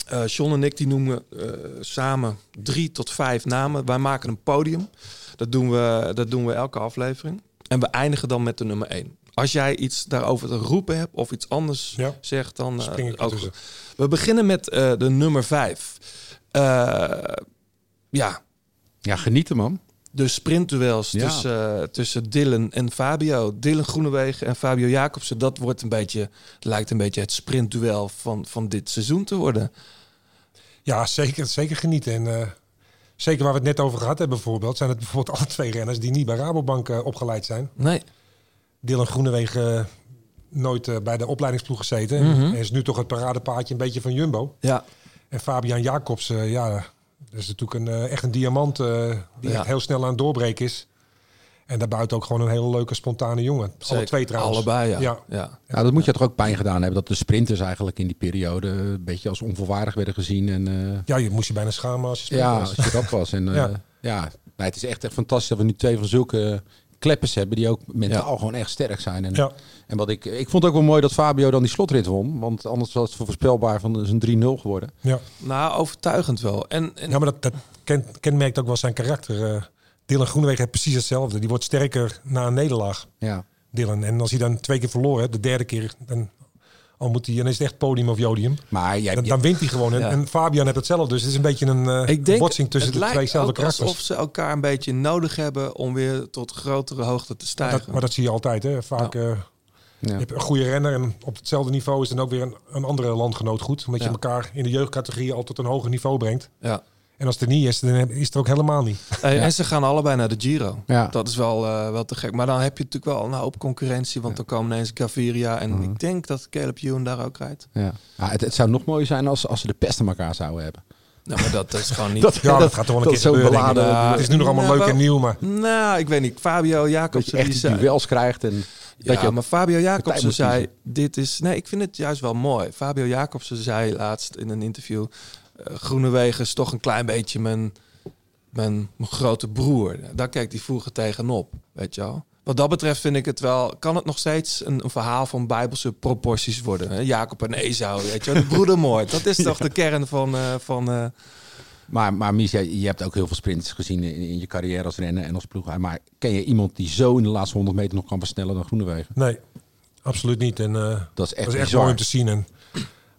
B: Eh John en ik die noemen eh, samen drie tot vijf namen. Wij maken een podium. Dat doen, we, dat doen we elke aflevering. En we eindigen dan met de nummer één. Als jij iets daarover te roepen hebt of iets anders
G: Ja.
B: zegt, dan eh,
G: Spring ik
B: ook
G: ertussen.
B: goed. We beginnen met eh, de nummer vijf. Eh, ja,
A: Ja, genieten man.
B: de sprintduels
A: Ja.
B: tussen, eh, tussen Dylan en Fabio. Dylan Groenewegen en Fabio Jacobsen. Dat wordt een beetje, lijkt een beetje het sprintduel van, van dit seizoen te worden.
G: Ja, zeker, zeker genieten. En eh, zeker waar we het net over gehad hebben bijvoorbeeld... zijn het bijvoorbeeld alle twee renners die niet bij Rabobank eh, opgeleid zijn.
B: Nee.
G: Dylan Groenewegen eh, nooit eh, bij de opleidingsploeg gezeten.
B: Mhm.
G: En is nu toch het paradepaadje een beetje van Jumbo.
B: Ja.
G: En Fabian Jacobs, eh, ja, dat is natuurlijk een, eh, echt een diamant eh, die
B: Ja.
G: echt heel snel aan het doorbreken is. En daarbuiten ook gewoon een hele leuke, spontane jongen. Alle
B: zeker.
G: twee trouwens.
B: Allebei, ja.
G: ja.
B: ja.
A: Nou, dat moet je toch ook pijn gedaan hebben. Dat de sprinters eigenlijk in die periode een beetje als onvolwaardig werden gezien. En eh,
G: Ja, je moest je bijna schamen als je speelt.
A: Ja,
G: was.
A: als je dat was.
G: *laughs*
A: En, eh,
G: Ja.
A: ja. Nee, het is echt, echt fantastisch dat we nu twee van zulke kleppers hebben die ook mentaal gewoon echt sterk zijn. En,
G: Ja.
A: en wat ik, ik vond het ook wel mooi dat Fabio dan die slotrit won. Want anders was het voorspelbaar van eh, zijn 3-0 geworden.
G: Ja.
B: Nou, overtuigend wel. En, en
G: ja, maar dat, dat ken- kenmerkt ook wel zijn karakter. eh Dylan Groenewegen heeft precies hetzelfde. Die wordt sterker na een nederlaag,
A: Ja.
G: Dylan. En als hij dan twee keer verloren hebt, de derde keer... Dan, al moet hij, dan is het echt podium of jodium.
A: Maar jij,
G: Dan,
A: jij-
G: dan wint hij gewoon. En,
B: Ja.
G: en Fabian heeft hetzelfde. Dus het is een beetje een eh,
B: ik denk,
G: botsing tussen
B: het
G: de
B: lijkt
G: tweezelfde
B: ook
G: karakters.
B: alsof ze elkaar een beetje nodig hebben om weer tot grotere hoogte te stijgen.
G: Dat, maar dat zie je altijd. Hè. Vaak eh,
A: ja.
G: je hebt een goede renner en op hetzelfde niveau is dan ook weer een, een andere landgenoot goed. Omdat je
B: Ja.
G: elkaar in de jeugdcategorie al tot een hoger niveau brengt.
B: ja.
G: En als het er niet is, dan heb- is het er ook helemaal niet.
B: Hey, En ze gaan allebei naar de Giro.
A: Ja.
B: Dat is wel, eh, wel te gek. Maar dan heb je natuurlijk wel een hoop concurrentie. Want dan komen ineens Gaviria.
A: Mhm.
B: En ik denk dat Caleb Ewan daar ook rijdt.
A: Ja. Ja, het, het zou nog mooier zijn als, als ze de pest aan elkaar zouden hebben.
B: Nou, maar dat is
A: *laughs*
B: gewoon niet...
G: Ja, dat, gaat toch wel een keer
A: zo
G: gebeuren. denk ik.
A: beladen. eh,
B: Ja.
G: het is nu nog allemaal
B: Nou,
G: leuk
B: wel-
G: en nieuw, maar
B: Nou, ik weet niet. Fabio
A: Dat je
B: Jacobsen... die
A: echt die
B: zei,
A: duels krijgt. En dat
B: ja,
A: je ook-
B: maar Fabio
A: partij
B: Jacobsen
A: moet
B: zei... Dit is... Nee, ik vind het juist wel mooi. Fabio Jacobsen zei laatst in een interview... eh, Groenewegen is toch een klein beetje mijn... mijn, mijn grote broer. Daar keek hij vroeger tegenop, weet je wel. Wat dat betreft vind ik het wel, kan het nog steeds een, een verhaal van bijbelse proporties worden. Hè? Jacob en Esau, weet je wel, de broedermoord. Dat
G: *laughs*
B: is toch de kern van... eh, van eh,
A: Maar, maar Mies, jij- je hebt ook heel veel sprints gezien in, in je carrière als renner en als ploeg. Maar ken je iemand die zo in de laatste 100 meter nog kan versnellen dan Groenewegen?
G: Nee, absoluut niet. En, eh,
A: Dat is echt,
G: dat is echt
A: bizar.
G: mooi om te zien. En,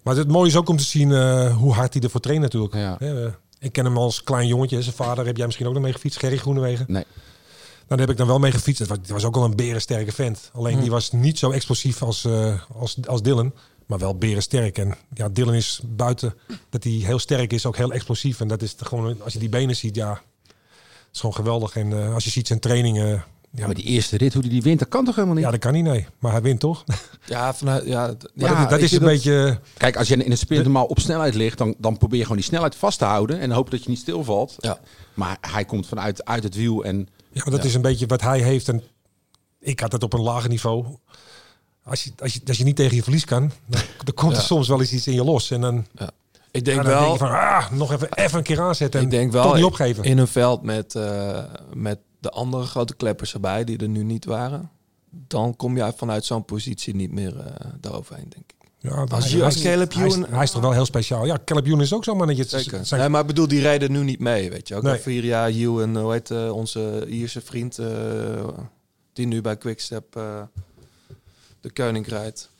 G: maar het mooie is ook om te zien eh, hoe hard hij ervoor traint natuurlijk.
A: Ja.
G: Hè, eh, ik ken hem als klein jongetje. Zijn vader heb jij misschien ook nog mee gefietst, Gerry Groenewegen.
A: Nee.
G: Nou, daar heb ik dan wel mee gefietst. Het was, het was ook wel een berensterke vent. Alleen die was niet zo explosief als, eh, als, als Dylan. Maar wel berensterk. En ja, Dylan is buiten dat hij heel sterk is, ook heel explosief. En dat is gewoon, als je die benen ziet, ja, het is gewoon geweldig. En eh, als je ziet zijn trainingen, ja,
A: Maar die eerste rit, hoe die die wint, dat kan toch helemaal niet?
G: ja, dat kan niet, nee. Maar hij wint toch?
B: ja, vanuit, ja, d-
G: Maar
B: ja,
G: dat, dat
B: weet
G: is
B: je,
G: een beetje.
A: Kijk, als je in een sprint normaal op snelheid ligt, dan, dan probeer je gewoon die snelheid vast te houden en hoop dat je niet stilvalt.
B: Ja.
A: Maar hij komt vanuit uit het wiel en
G: Ja, maar dat is een beetje wat hij heeft. En ik had dat op een lager niveau. Als je, als je, als je niet tegen je verlies kan, dan, dan komt er
B: Ja.
G: soms wel eens iets in je los. En dan,
B: Ik
G: ja,
B: denk
G: dan
B: wel...
G: denk je van, ah, nog even, even een keer aanzetten. En
B: ik denk wel
G: toch niet opgeven.
B: in een veld met, eh, met de andere grote kleppers erbij, die er nu niet waren. Dan kom je vanuit zo'n positie niet meer eh daaroverheen, denk ik.
G: ja,
B: als
G: hij-
B: je- als
G: hij-
B: Caleb
G: hij, is-
B: Ewan-
G: hij is toch wel heel speciaal. Ja, Caleb Ewan is ook zo'n mannetje. Het is- het zijn-
B: Nee, maar ik bedoel, die rijden nu niet mee, weet je. Ook
G: Nee.
B: Aviria, Hugh en hoe heet eh, onze Ierse vriend, eh, die nu bij Quickstep eh de koning rijdt.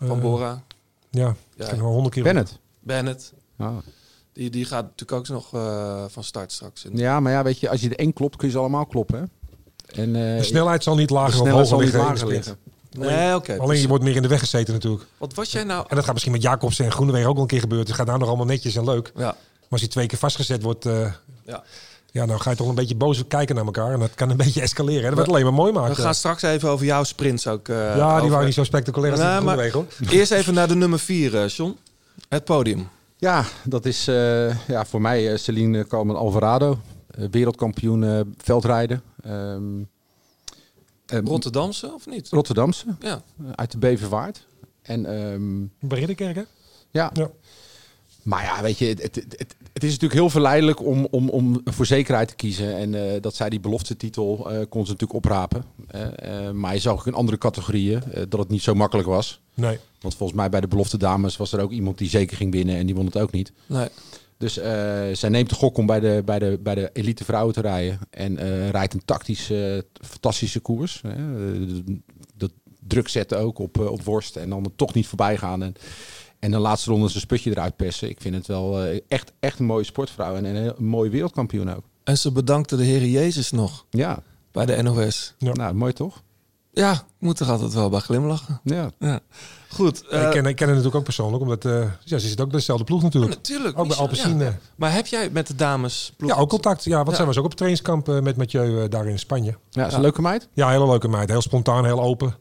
B: Van
G: eh,
B: Bora,
G: ja,
B: Ja.
G: ik heb hem al honderd keer.
A: Bennett.
B: Bennett.
A: Ah.
B: Die, die gaat natuurlijk ook nog eh, van start straks. En
A: Ja, maar ja, weet je, als je er één klopt, kun je ze allemaal kloppen. hè? En, eh,
G: De snelheid zal niet
A: de
G: lager of
A: snelheid
G: hoger
A: zal niet
G: liggen. in de
A: lager
G: sprint.
A: liggen.
B: Nee, oké.
G: Alleen je
B: precies.
G: wordt meer in de weg gezeten natuurlijk.
B: Wat was jij nou?
G: En dat gaat misschien met Jacobsen en Groenewegen ook wel een keer gebeuren. Het gaat daar nog allemaal netjes en leuk.
B: Ja,
G: Maar als je twee keer vastgezet wordt, eh,
B: ja.
G: ja, nou ga je toch een beetje boos kijken naar elkaar. En dat kan een *laughs* beetje escaleren. hè. Dat wordt alleen maar mooi
B: We
G: maken.
B: gaan straks even over jouw sprints ook. eh,
G: ja, die
B: over-
G: waren niet zo spectaculair als die
B: Nee,
G: van
B: maar-
G: Groenewegen. hoor.
B: Eerst even naar de nummer 4, eh John. Het podium.
A: Ja, dat is eh, ja, voor mij eh, Celine Carmen Alvarado. eh, wereldkampioen eh, veldrijden. Ehm, eh,
B: Rotterdamse of niet?
A: Rotterdamse,
B: Ja.
A: eh, uit de Beverwaard. En ehm,
G: Bij Ridderkerk, hè?
A: ja.
G: Ja.
A: Maar ja, weet je, het, het, het, het is natuurlijk heel verleidelijk om, om, om voor zekerheid te kiezen. En eh, dat zij die beloftetitel eh kon ze natuurlijk oprapen. Eh, eh, maar je zag ook in andere categorieën eh, dat het niet zo makkelijk was.
G: Nee.
A: Want volgens mij bij de belofte dames was er ook iemand die zeker ging winnen en die won het ook niet.
B: Nee.
A: Dus eh, zij neemt de gok om bij de, bij de, bij de elite vrouwen te rijden. En eh, rijdt een tactisch eh, fantastische koers. Hè. Eh, dat druk zetten ook op, eh, op worst. En dan er toch niet voorbij gaan. En, en de laatste ronde zijn sputje eruit persen. Ik vind het wel eh, echt, echt een mooie sportvrouw. En een, heel- een mooie wereldkampioen ook.
B: En ze bedankte de Heer Jezus nog
A: Ja,
B: bij de NOS.
G: Ja.
A: nou mooi toch?
B: Ja, ik moet er altijd wel bij glimlachen.
A: Ja.
B: Ja. Goed. eh,
G: ik, ken, ik ken haar natuurlijk ook persoonlijk, omdat eh, ja, ze zit ook bij dezelfde ploeg natuurlijk.
B: natuurlijk.
G: Ook bij
B: Michel,
G: Alpecin.
B: ja.
G: eh.
B: Maar heb jij met de dames...
G: Ja.
B: ploeg-
G: ook contact. Ja, want
B: Ja.
G: zij was ook op trainingskamp eh, met Mathieu eh, daar in Spanje.
A: ja, is een leuke meid.
G: Ja, hele leuke meid. Heel spontaan, heel open.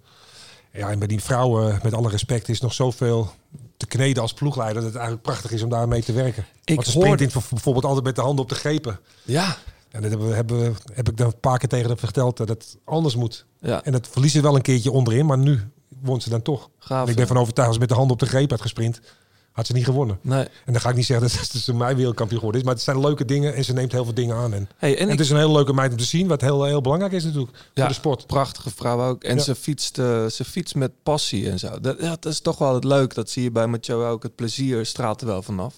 G: Ja, en bij die vrouwen, eh, met alle respect, is nog zoveel te kneden als ploegleider... dat het eigenlijk prachtig is om daarmee te werken.
B: Ik
G: Want ze
B: hoorde-
G: sprint in voor- bijvoorbeeld altijd met de handen op de grepen.
B: Ja.
G: En dat hebben, we- hebben, we- heb ik dan een paar keer tegen hem verteld eh, dat het anders moet.
B: Ja.
G: En dat verliezen wel een keertje onderin, maar nu won ze dan toch.
B: Gaaf,
G: En ik ben
B: ja.
G: van overtuigd, als ze met de handen op de greep had gesprint, had ze niet gewonnen.
B: Nee.
G: En dan ga ik niet zeggen *laughs* dat ze- dat ze mijn wereldkampioen geworden is, maar het zijn leuke dingen en ze neemt heel veel dingen aan. En,
B: Hey, en
G: en dus-
B: ik-
G: het is een hele leuke meid om te zien, wat heel, heel belangrijk is natuurlijk voor de sport.
B: Prachtige vrouw ook. En
G: Ja.
B: ze, fietst, eh, ze fietst met passie en zo. Dat, ja, dat is toch wel het leuk. Dat zie je bij Mathieu ook. Het plezier straalt er wel vanaf.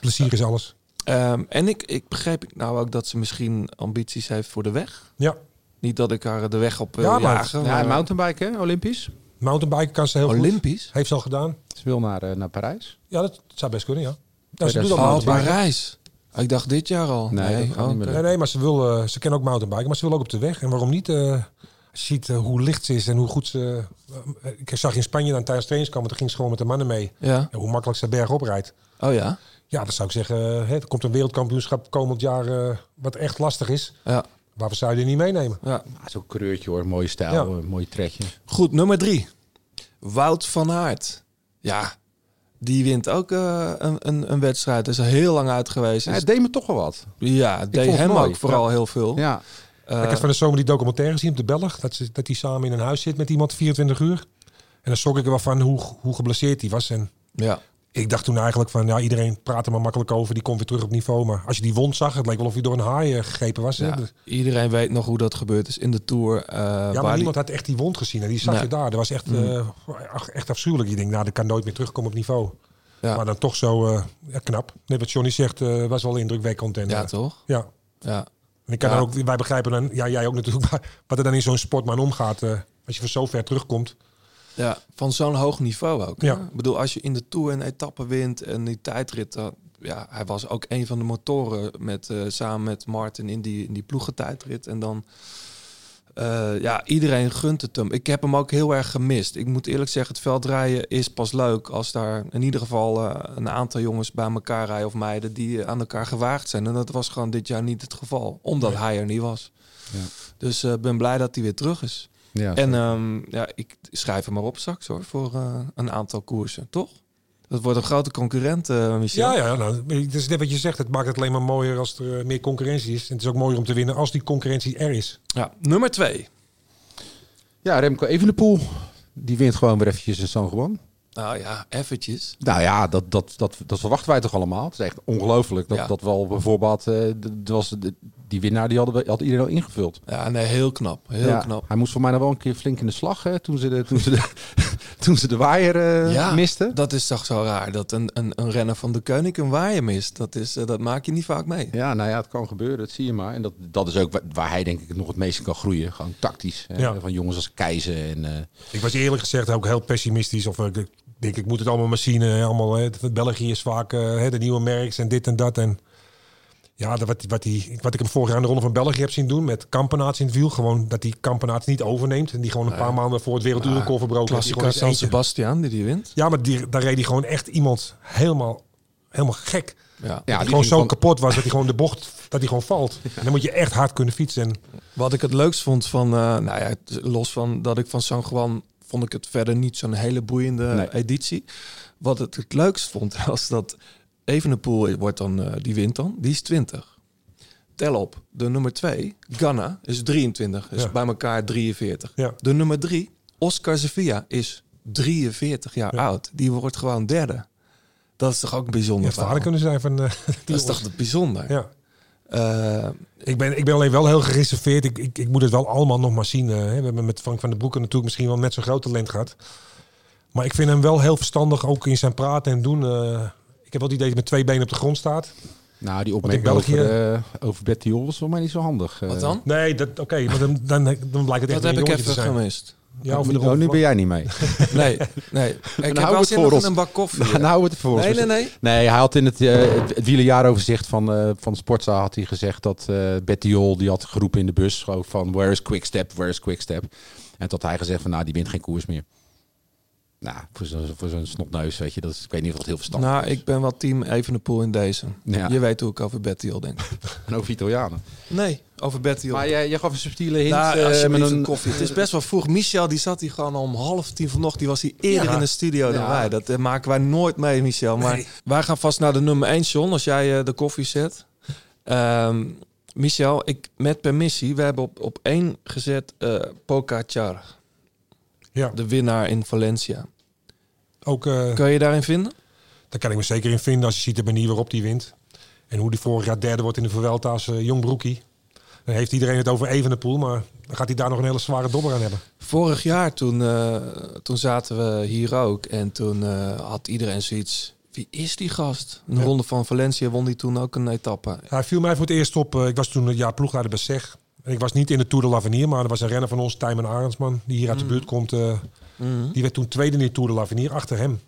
G: Plezier is alles.
B: Ehm, en ik, ik begreep nou ook dat ze misschien ambities heeft voor de weg.
G: Ja,
B: Niet dat ik haar de weg op wil
G: Ja, maar-
B: jagen.
A: Ja,
B: maar-
A: en mountainbiken, hè, Olympisch.
G: mountainbiken kan ze heel goed.
B: Olympisch?
G: Heeft ze al gedaan.
A: Ze wil naar, eh, naar Parijs.
G: Ja, dat zou best kunnen, ja. ja ze doet al
A: Oh,
B: Oh,
G: mountainbiken.
B: Parijs. Ik dacht dit jaar al.
A: Nee, dat gaat
B: oh,
A: niet meer
B: oké.
G: Nee, nee, maar ze, wil, eh, ze kan ook mountainbiken, maar ze wil ook op de weg. En waarom niet? eh, als je ziet eh, hoe licht ze is en hoe goed ze... eh, ik zag in Spanje dan tijdens trainingskamp, want toen ging ze gewoon met de mannen mee.
B: Ja.
G: En hoe makkelijk ze berg oprijdt.
B: Oh ja.
G: Ja, dat zou ik zeggen. eh, hè, er komt een wereldkampioenschap komend jaar eh, wat echt lastig is.
B: ja.
G: Waarvoor zou je die niet meenemen?
B: ja.
A: Ah, Zo'n kleurtje hoor, mooie
G: Ja.
A: stijl, eh, mooi trekje.
B: Goed, nummer drie. Wout van Aert. Ja. Die wint ook eh, een, een, een wedstrijd. Is er heel lang uit geweest.
A: Ja,
B: Is-
A: het deed me toch wel wat.
B: ja, deed
A: vond het
B: hem
A: mooi.
B: ook vooral heel veel.
A: Ja.
B: Eh,
G: ik heb van de zomer die documentaire gezien op de Belg. Dat, ze, dat hij samen in een huis zit met iemand 24 uur. En dan schrok ik er wel van hoe, hoe geblesseerd hij was. En
B: ja.
G: Ik dacht toen eigenlijk van, ja, iedereen praat er maar makkelijk over. Die komt weer terug op niveau. Maar als je die wond zag, het leek wel of hij door een haai eh, gegrepen was. hè.
B: Ja,
G: Dus-
B: iedereen weet nog hoe dat gebeurd is in de Tour. eh,
G: Ja,
B: waar
G: maar
B: die-
G: niemand had echt die wond gezien. En die zag
B: Nee. Mm.
G: je daar. Dat was echt, eh, ach, echt afschuwelijk. Je denkt, nou, dat kan nooit meer terugkomen op niveau.
B: Ja.
G: Maar dan toch zo eh, ja, knap. Net wat Johnny zegt, eh, was wel indrukwekkend. En,
B: ja,
G: eh,
B: toch?
G: ja.
B: Ja.
G: En ik kan
B: Ja.
G: dan ook, wij begrijpen dan, ja, jij ook natuurlijk, *laughs* maar wat er dan in zo'n sportman omgaat. eh, als je van zo ver terugkomt.
B: Ja, van zo'n hoog niveau ook. hè?
G: Ja.
B: Ik bedoel, als je in de Tour een etappe wint en die tijdrit... dan- ja, hij was ook een van de motoren met, eh, samen met Martin in die, in die ploegentijdrit. En dan... eh, ja, iedereen gunt het hem. Ik heb hem ook heel erg gemist. Ik moet eerlijk zeggen, het veldrijden is pas leuk... als daar in ieder geval eh, een aantal jongens bij elkaar rijden of meiden... die eh, aan elkaar gewaagd zijn. En dat was gewoon dit jaar niet het geval. Omdat hij er niet was.
A: Ja.
B: Dus ik ben blij dat hij weer terug is.
A: Ja,
B: En ehm, ja, ik schrijf hem maar op straks hoor, voor eh, een aantal koersen, toch? Dat wordt een grote concurrent, eh, Michel.
G: Ja, ja, nou, het is net wat je zegt. Het maakt het alleen maar mooier als er eh, meer concurrentie is. En het is ook mooier om te winnen als die concurrentie er is.
B: Ja, nummer twee.
A: ja, Remco Evenepoel. Die wint gewoon weer eventjes in San Juan.
B: Nou ja, eventjes.
A: Nou ja, dat, dat, dat, dat verwachten wij toch allemaal. Het is echt ongelooflijk. Dat,
B: Ja.
A: dat wel bijvoorbeeld, eh, d- d- was de- die winnaar die hadden we, had iedereen al ingevuld.
B: Ja, nee, heel knap. Heel
A: Ja,
B: knap.
A: Hij moest voor mij nog wel een keer flink in de slag hè, toen, ze de, toen, ze de, *laughs* toen ze de waaier eh,
B: ja,
A: misten.
B: dat is toch zo raar. Dat een, een, een renner van de koning een waaier mist. Dat, is, eh, dat maak je niet vaak mee.
A: Ja, nou ja, het kan gebeuren, dat zie je maar. En dat, dat is ook wa- waar hij denk ik nog het meest in kan groeien. Gewoon tactisch. hè.
G: Ja.
A: Van jongens als Keizer. En, eh,
G: Ik was eerlijk gezegd ook heel pessimistisch. Of eh, ik denk, ik moet het allemaal maar zien. eh, Allemaal, hè. België is vaak eh, hè, de nieuwe merks en dit en dat. En ja, dat wat, wat, die, wat ik hem vorig jaar in de Ronde van België heb zien doen met Kampenaerts in het wiel. Gewoon dat die Kampenaerts niet overneemt. En die gewoon een paar maanden voor het werelduurrecord verbroken heeft. Die gewoon
B: Klassieker San
G: eens eentje-
B: Sebastian, die die wint.
G: Ja, maar die, daar reed hij gewoon echt iemand helemaal, helemaal gek.
B: Ja.
A: ja,
G: die,
A: die
G: gewoon
A: ging
G: zo
A: van-
G: kapot was dat hij gewoon de bocht, dat hij gewoon
A: *laughs*
G: valt. En dan moet je echt hard kunnen fietsen. En
B: Wat ik het leukst vond van, eh, nou ja, het- los van dat ik van San Juan vond ik het verder niet zo'n hele boeiende
A: Nee.
B: editie. Wat het het leukst vond *laughs* was dat Evenepoel wordt dan, eh, die wint dan, die is 20. Tel op, de nummer 2, Ganna, is 23, is
G: Ja.
B: bij elkaar 43.
G: Ja.
B: De nummer 3, Oscar Sevilla, is 43 jaar oud. Die wordt gewoon derde. Dat is toch ook
G: je
B: bijzonder.
G: had vader
B: verhaal?
G: kunnen zijn van... eh, die
B: dat is toch bijzonder.
G: Ja.
B: Eh,
G: Ik ben, ik ben alleen wel heel gereserveerd. Ik, ik, ik moet het wel allemaal nog maar zien. eh, hè. we hebben met Frank van den Broeken natuurlijk misschien wel net zo'n groot talent gehad. Maar ik vind hem wel heel verstandig, ook in zijn praten en doen. eh. ik heb wel het idee dat hij met twee benen op de grond staat.
A: nou, die opmerking
G: Want in
A: over,
G: België-
A: eh, over Betty Hol was voor mij niet zo handig. eh.
B: wat dan?
G: Nee, dat- oké, maar dan, dan, dan blijkt het
B: Dat
G: echt
B: heb
G: een
B: ik
G: jongetje
B: even
G: te zijn.
B: gemist.
G: Ja, over de
A: oh, nu
G: rond.
A: ben jij niet
B: *laughs*
A: mee. *laughs*
B: Nee, nee. Ik heb
A: hou
B: wel
A: het
B: zin
A: voor
B: nog in
A: ons.
B: *laughs* een bak koffie.
A: Nou, nou het voor ons.
B: nee, nee, nee.
A: Nee, hij had in het, eh, het, het wielerjaaroverzicht van, eh van Sportza had hij gezegd dat eh Betty Hol, die had geroepen in de bus gewoon van where is Quickstep, where is Quickstep. En dat hij gezegd van nou, die wint geen koers meer. Nou, voor zo'n voor zo'n snotneus, weet je, dat is, ik weet niet of dat heel verstandig
B: Nou, ik ben wel team Evenepoel in deze.
A: Ja.
B: Je weet hoe ik over Betty al denk.
A: is. En *laughs* over Italianen.
B: Nee, over Betty al.
A: Maar jij, jij gaf een subtiele hint.
B: nou,
A: eh,
B: als je
A: met
B: een koffie. Het is best wel vroeg. Michel die zat hier gewoon om half tien vanochtend. Die was hier eerder in de studio dan
A: Ja.
B: wij. Dat eh, maken wij nooit mee, Michel. Maar wij gaan vast naar de nummer 1, John, als jij eh, de koffie zet. Ehm, Michel, ik, met permissie, we hebben op, op één gezet eh Pogacar,
G: Ja,
B: de winnaar in Valencia.
G: ook, eh,
B: Kun je daarin vinden?
G: daar kan ik me zeker in vinden als je ziet de manier waarop die wint. En hoe die vorig jaar derde wordt in de Vuelta als eh, jong broekie. Dan heeft iedereen het over Evenepoel, maar dan gaat hij daar nog een hele zware dobber aan hebben.
B: Vorig jaar toen, eh, toen zaten we hier ook en toen eh, had iedereen zoiets. Wie is die gast? In de
G: Ja.
B: ronde van Valencia won die toen ook een etappe.
G: Hij viel mij voor het eerst op. eh, Ik was toen het jaar ploegleider bij SEG. En ik was niet in de Tour de l'Avenir, maar er was een renner van ons, Tijmen Arendsman, die hier uit de buurt komt. eh, Die werd toen tweede in de Tour de l'Avenir achter hem.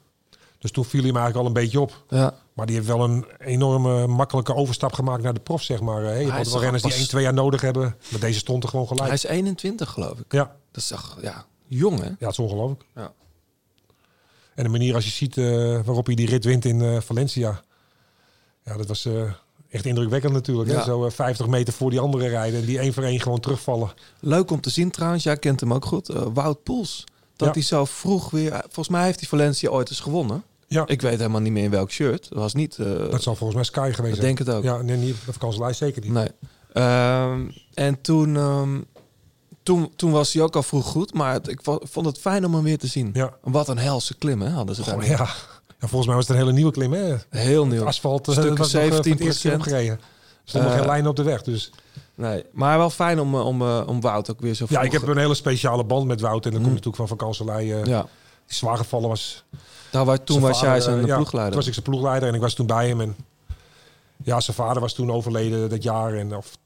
G: Dus toen viel hij me eigenlijk al een beetje op.
B: Ja,
G: Maar die heeft wel een enorme makkelijke overstap gemaakt naar de prof, zeg maar. eh. Hey, je
B: hij
G: hebt
B: is
G: altijd wel
B: toch
G: renners die
B: pas-
G: één, twee jaar nodig hebben. Maar deze stond er gewoon gelijk.
B: hij is 21 geloof ik.
G: Ja.
B: Dat is toch, ja, jong hè?
G: ja, het is ongelooflijk.
B: Ja.
G: En de manier als je ziet eh, waarop hij die rit wint in eh, Valencia. Ja, dat was eh, echt indrukwekkend natuurlijk. hè.
B: Ja.
G: Zo eh, 50 meter voor die anderen rijden en die één voor één gewoon terugvallen.
B: Leuk om te zien trouwens, jij kent hem ook goed, eh, Wout Poels. Dat
G: Ja.
B: hij zo vroeg weer, eh, volgens mij heeft hij Valencia ooit eens gewonnen.
G: Ja,
B: Ik weet helemaal niet meer in welk shirt. Dat was niet, eh,
G: dat zal volgens mij Sky geweest
B: ik
G: zijn.
B: denk het ook.
G: Ja, nee, niet, de vakantielij zeker niet.
B: Nee. Ehm, en toen, ehm, toen, toen was hij ook al vroeg goed, maar het- ik vo- vond het fijn om hem weer te zien.
G: Ja.
B: Wat een helse klim, hè, hadden ze daar.
G: Gewoon, ja. En volgens mij was het een hele nieuwe klim. Hè?
B: Heel nieuw.
G: Asfalt eh,
B: Stukken
G: stuk 17
B: 17%.
G: opgereden. Er stond nog
B: Eh,
G: geen lijn op de weg. Dus
B: Nee, maar wel fijn om, eh, om, eh, om Wout ook weer zo
G: ja,
B: vroeg-
G: ik heb een hele speciale band met Wout. En dat komt natuurlijk van Van Kanselij. eh,
B: Mm. Ja.
G: Die zwaar gevallen was.
B: Nou, waar, toen
G: Zijn
B: was
G: vader,
B: jij zijn
G: eh, ja,
B: ploegleider.
G: Toen was ik zijn ploegleider en ik was toen bij hem. En ja, zijn vader was toen overleden dat jaar. En of,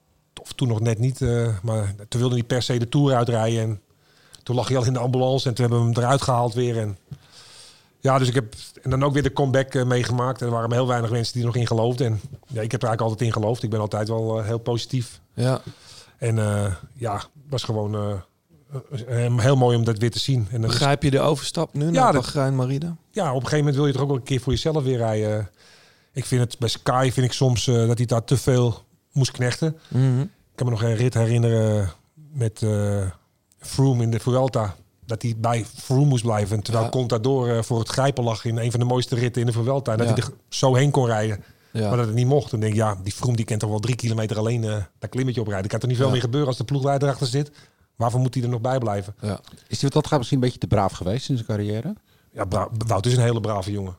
G: of toen nog net niet. eh, maar toen wilde hij per se de Tour uitrijden. En toen lag hij al in de ambulance en toen hebben we hem eruit gehaald weer. En ja, dus ik heb en dan ook weer de comeback eh, meegemaakt. En er waren maar heel weinig mensen die er nog in geloofden. En ja, ik heb er eigenlijk altijd in geloofd. Ik ben altijd wel eh, heel positief.
B: Ja.
G: En eh, ja, het was gewoon eh, eh, heel mooi om dat weer te zien. En dan is-
B: Begrijp je de overstap nu naar
G: dus- dat-
B: Bahrein Maride?
G: ja, op een gegeven moment wil je toch ook wel een keer voor jezelf weer rijden. Ik vind het bij Sky vind ik soms eh, dat hij daar te veel moest knechten. Ik kan me nog een rit herinneren met eh Froome in de Vuelta. Dat hij bij Froome moest blijven. Terwijl
B: Ja.
G: Contador eh, voor het grijpen lag in een van de mooiste ritten in de Vuelta. En dat
B: Ja.
G: hij er zo heen kon rijden.
B: Ja.
G: Maar dat het niet mocht. Dan denk ik, ja, die Froome die kent toch wel drie kilometer alleen eh dat klimmetje oprijden. Kan er niet veel
B: Ja.
G: meer gebeuren als de ploegleider achter zit. Waarvoor moet hij er nog bij blijven?
B: ja.
A: Is hij wat dat gaat misschien een beetje te braaf geweest in zijn carrière?
G: Ja, Bra- Wout is een hele brave jongen.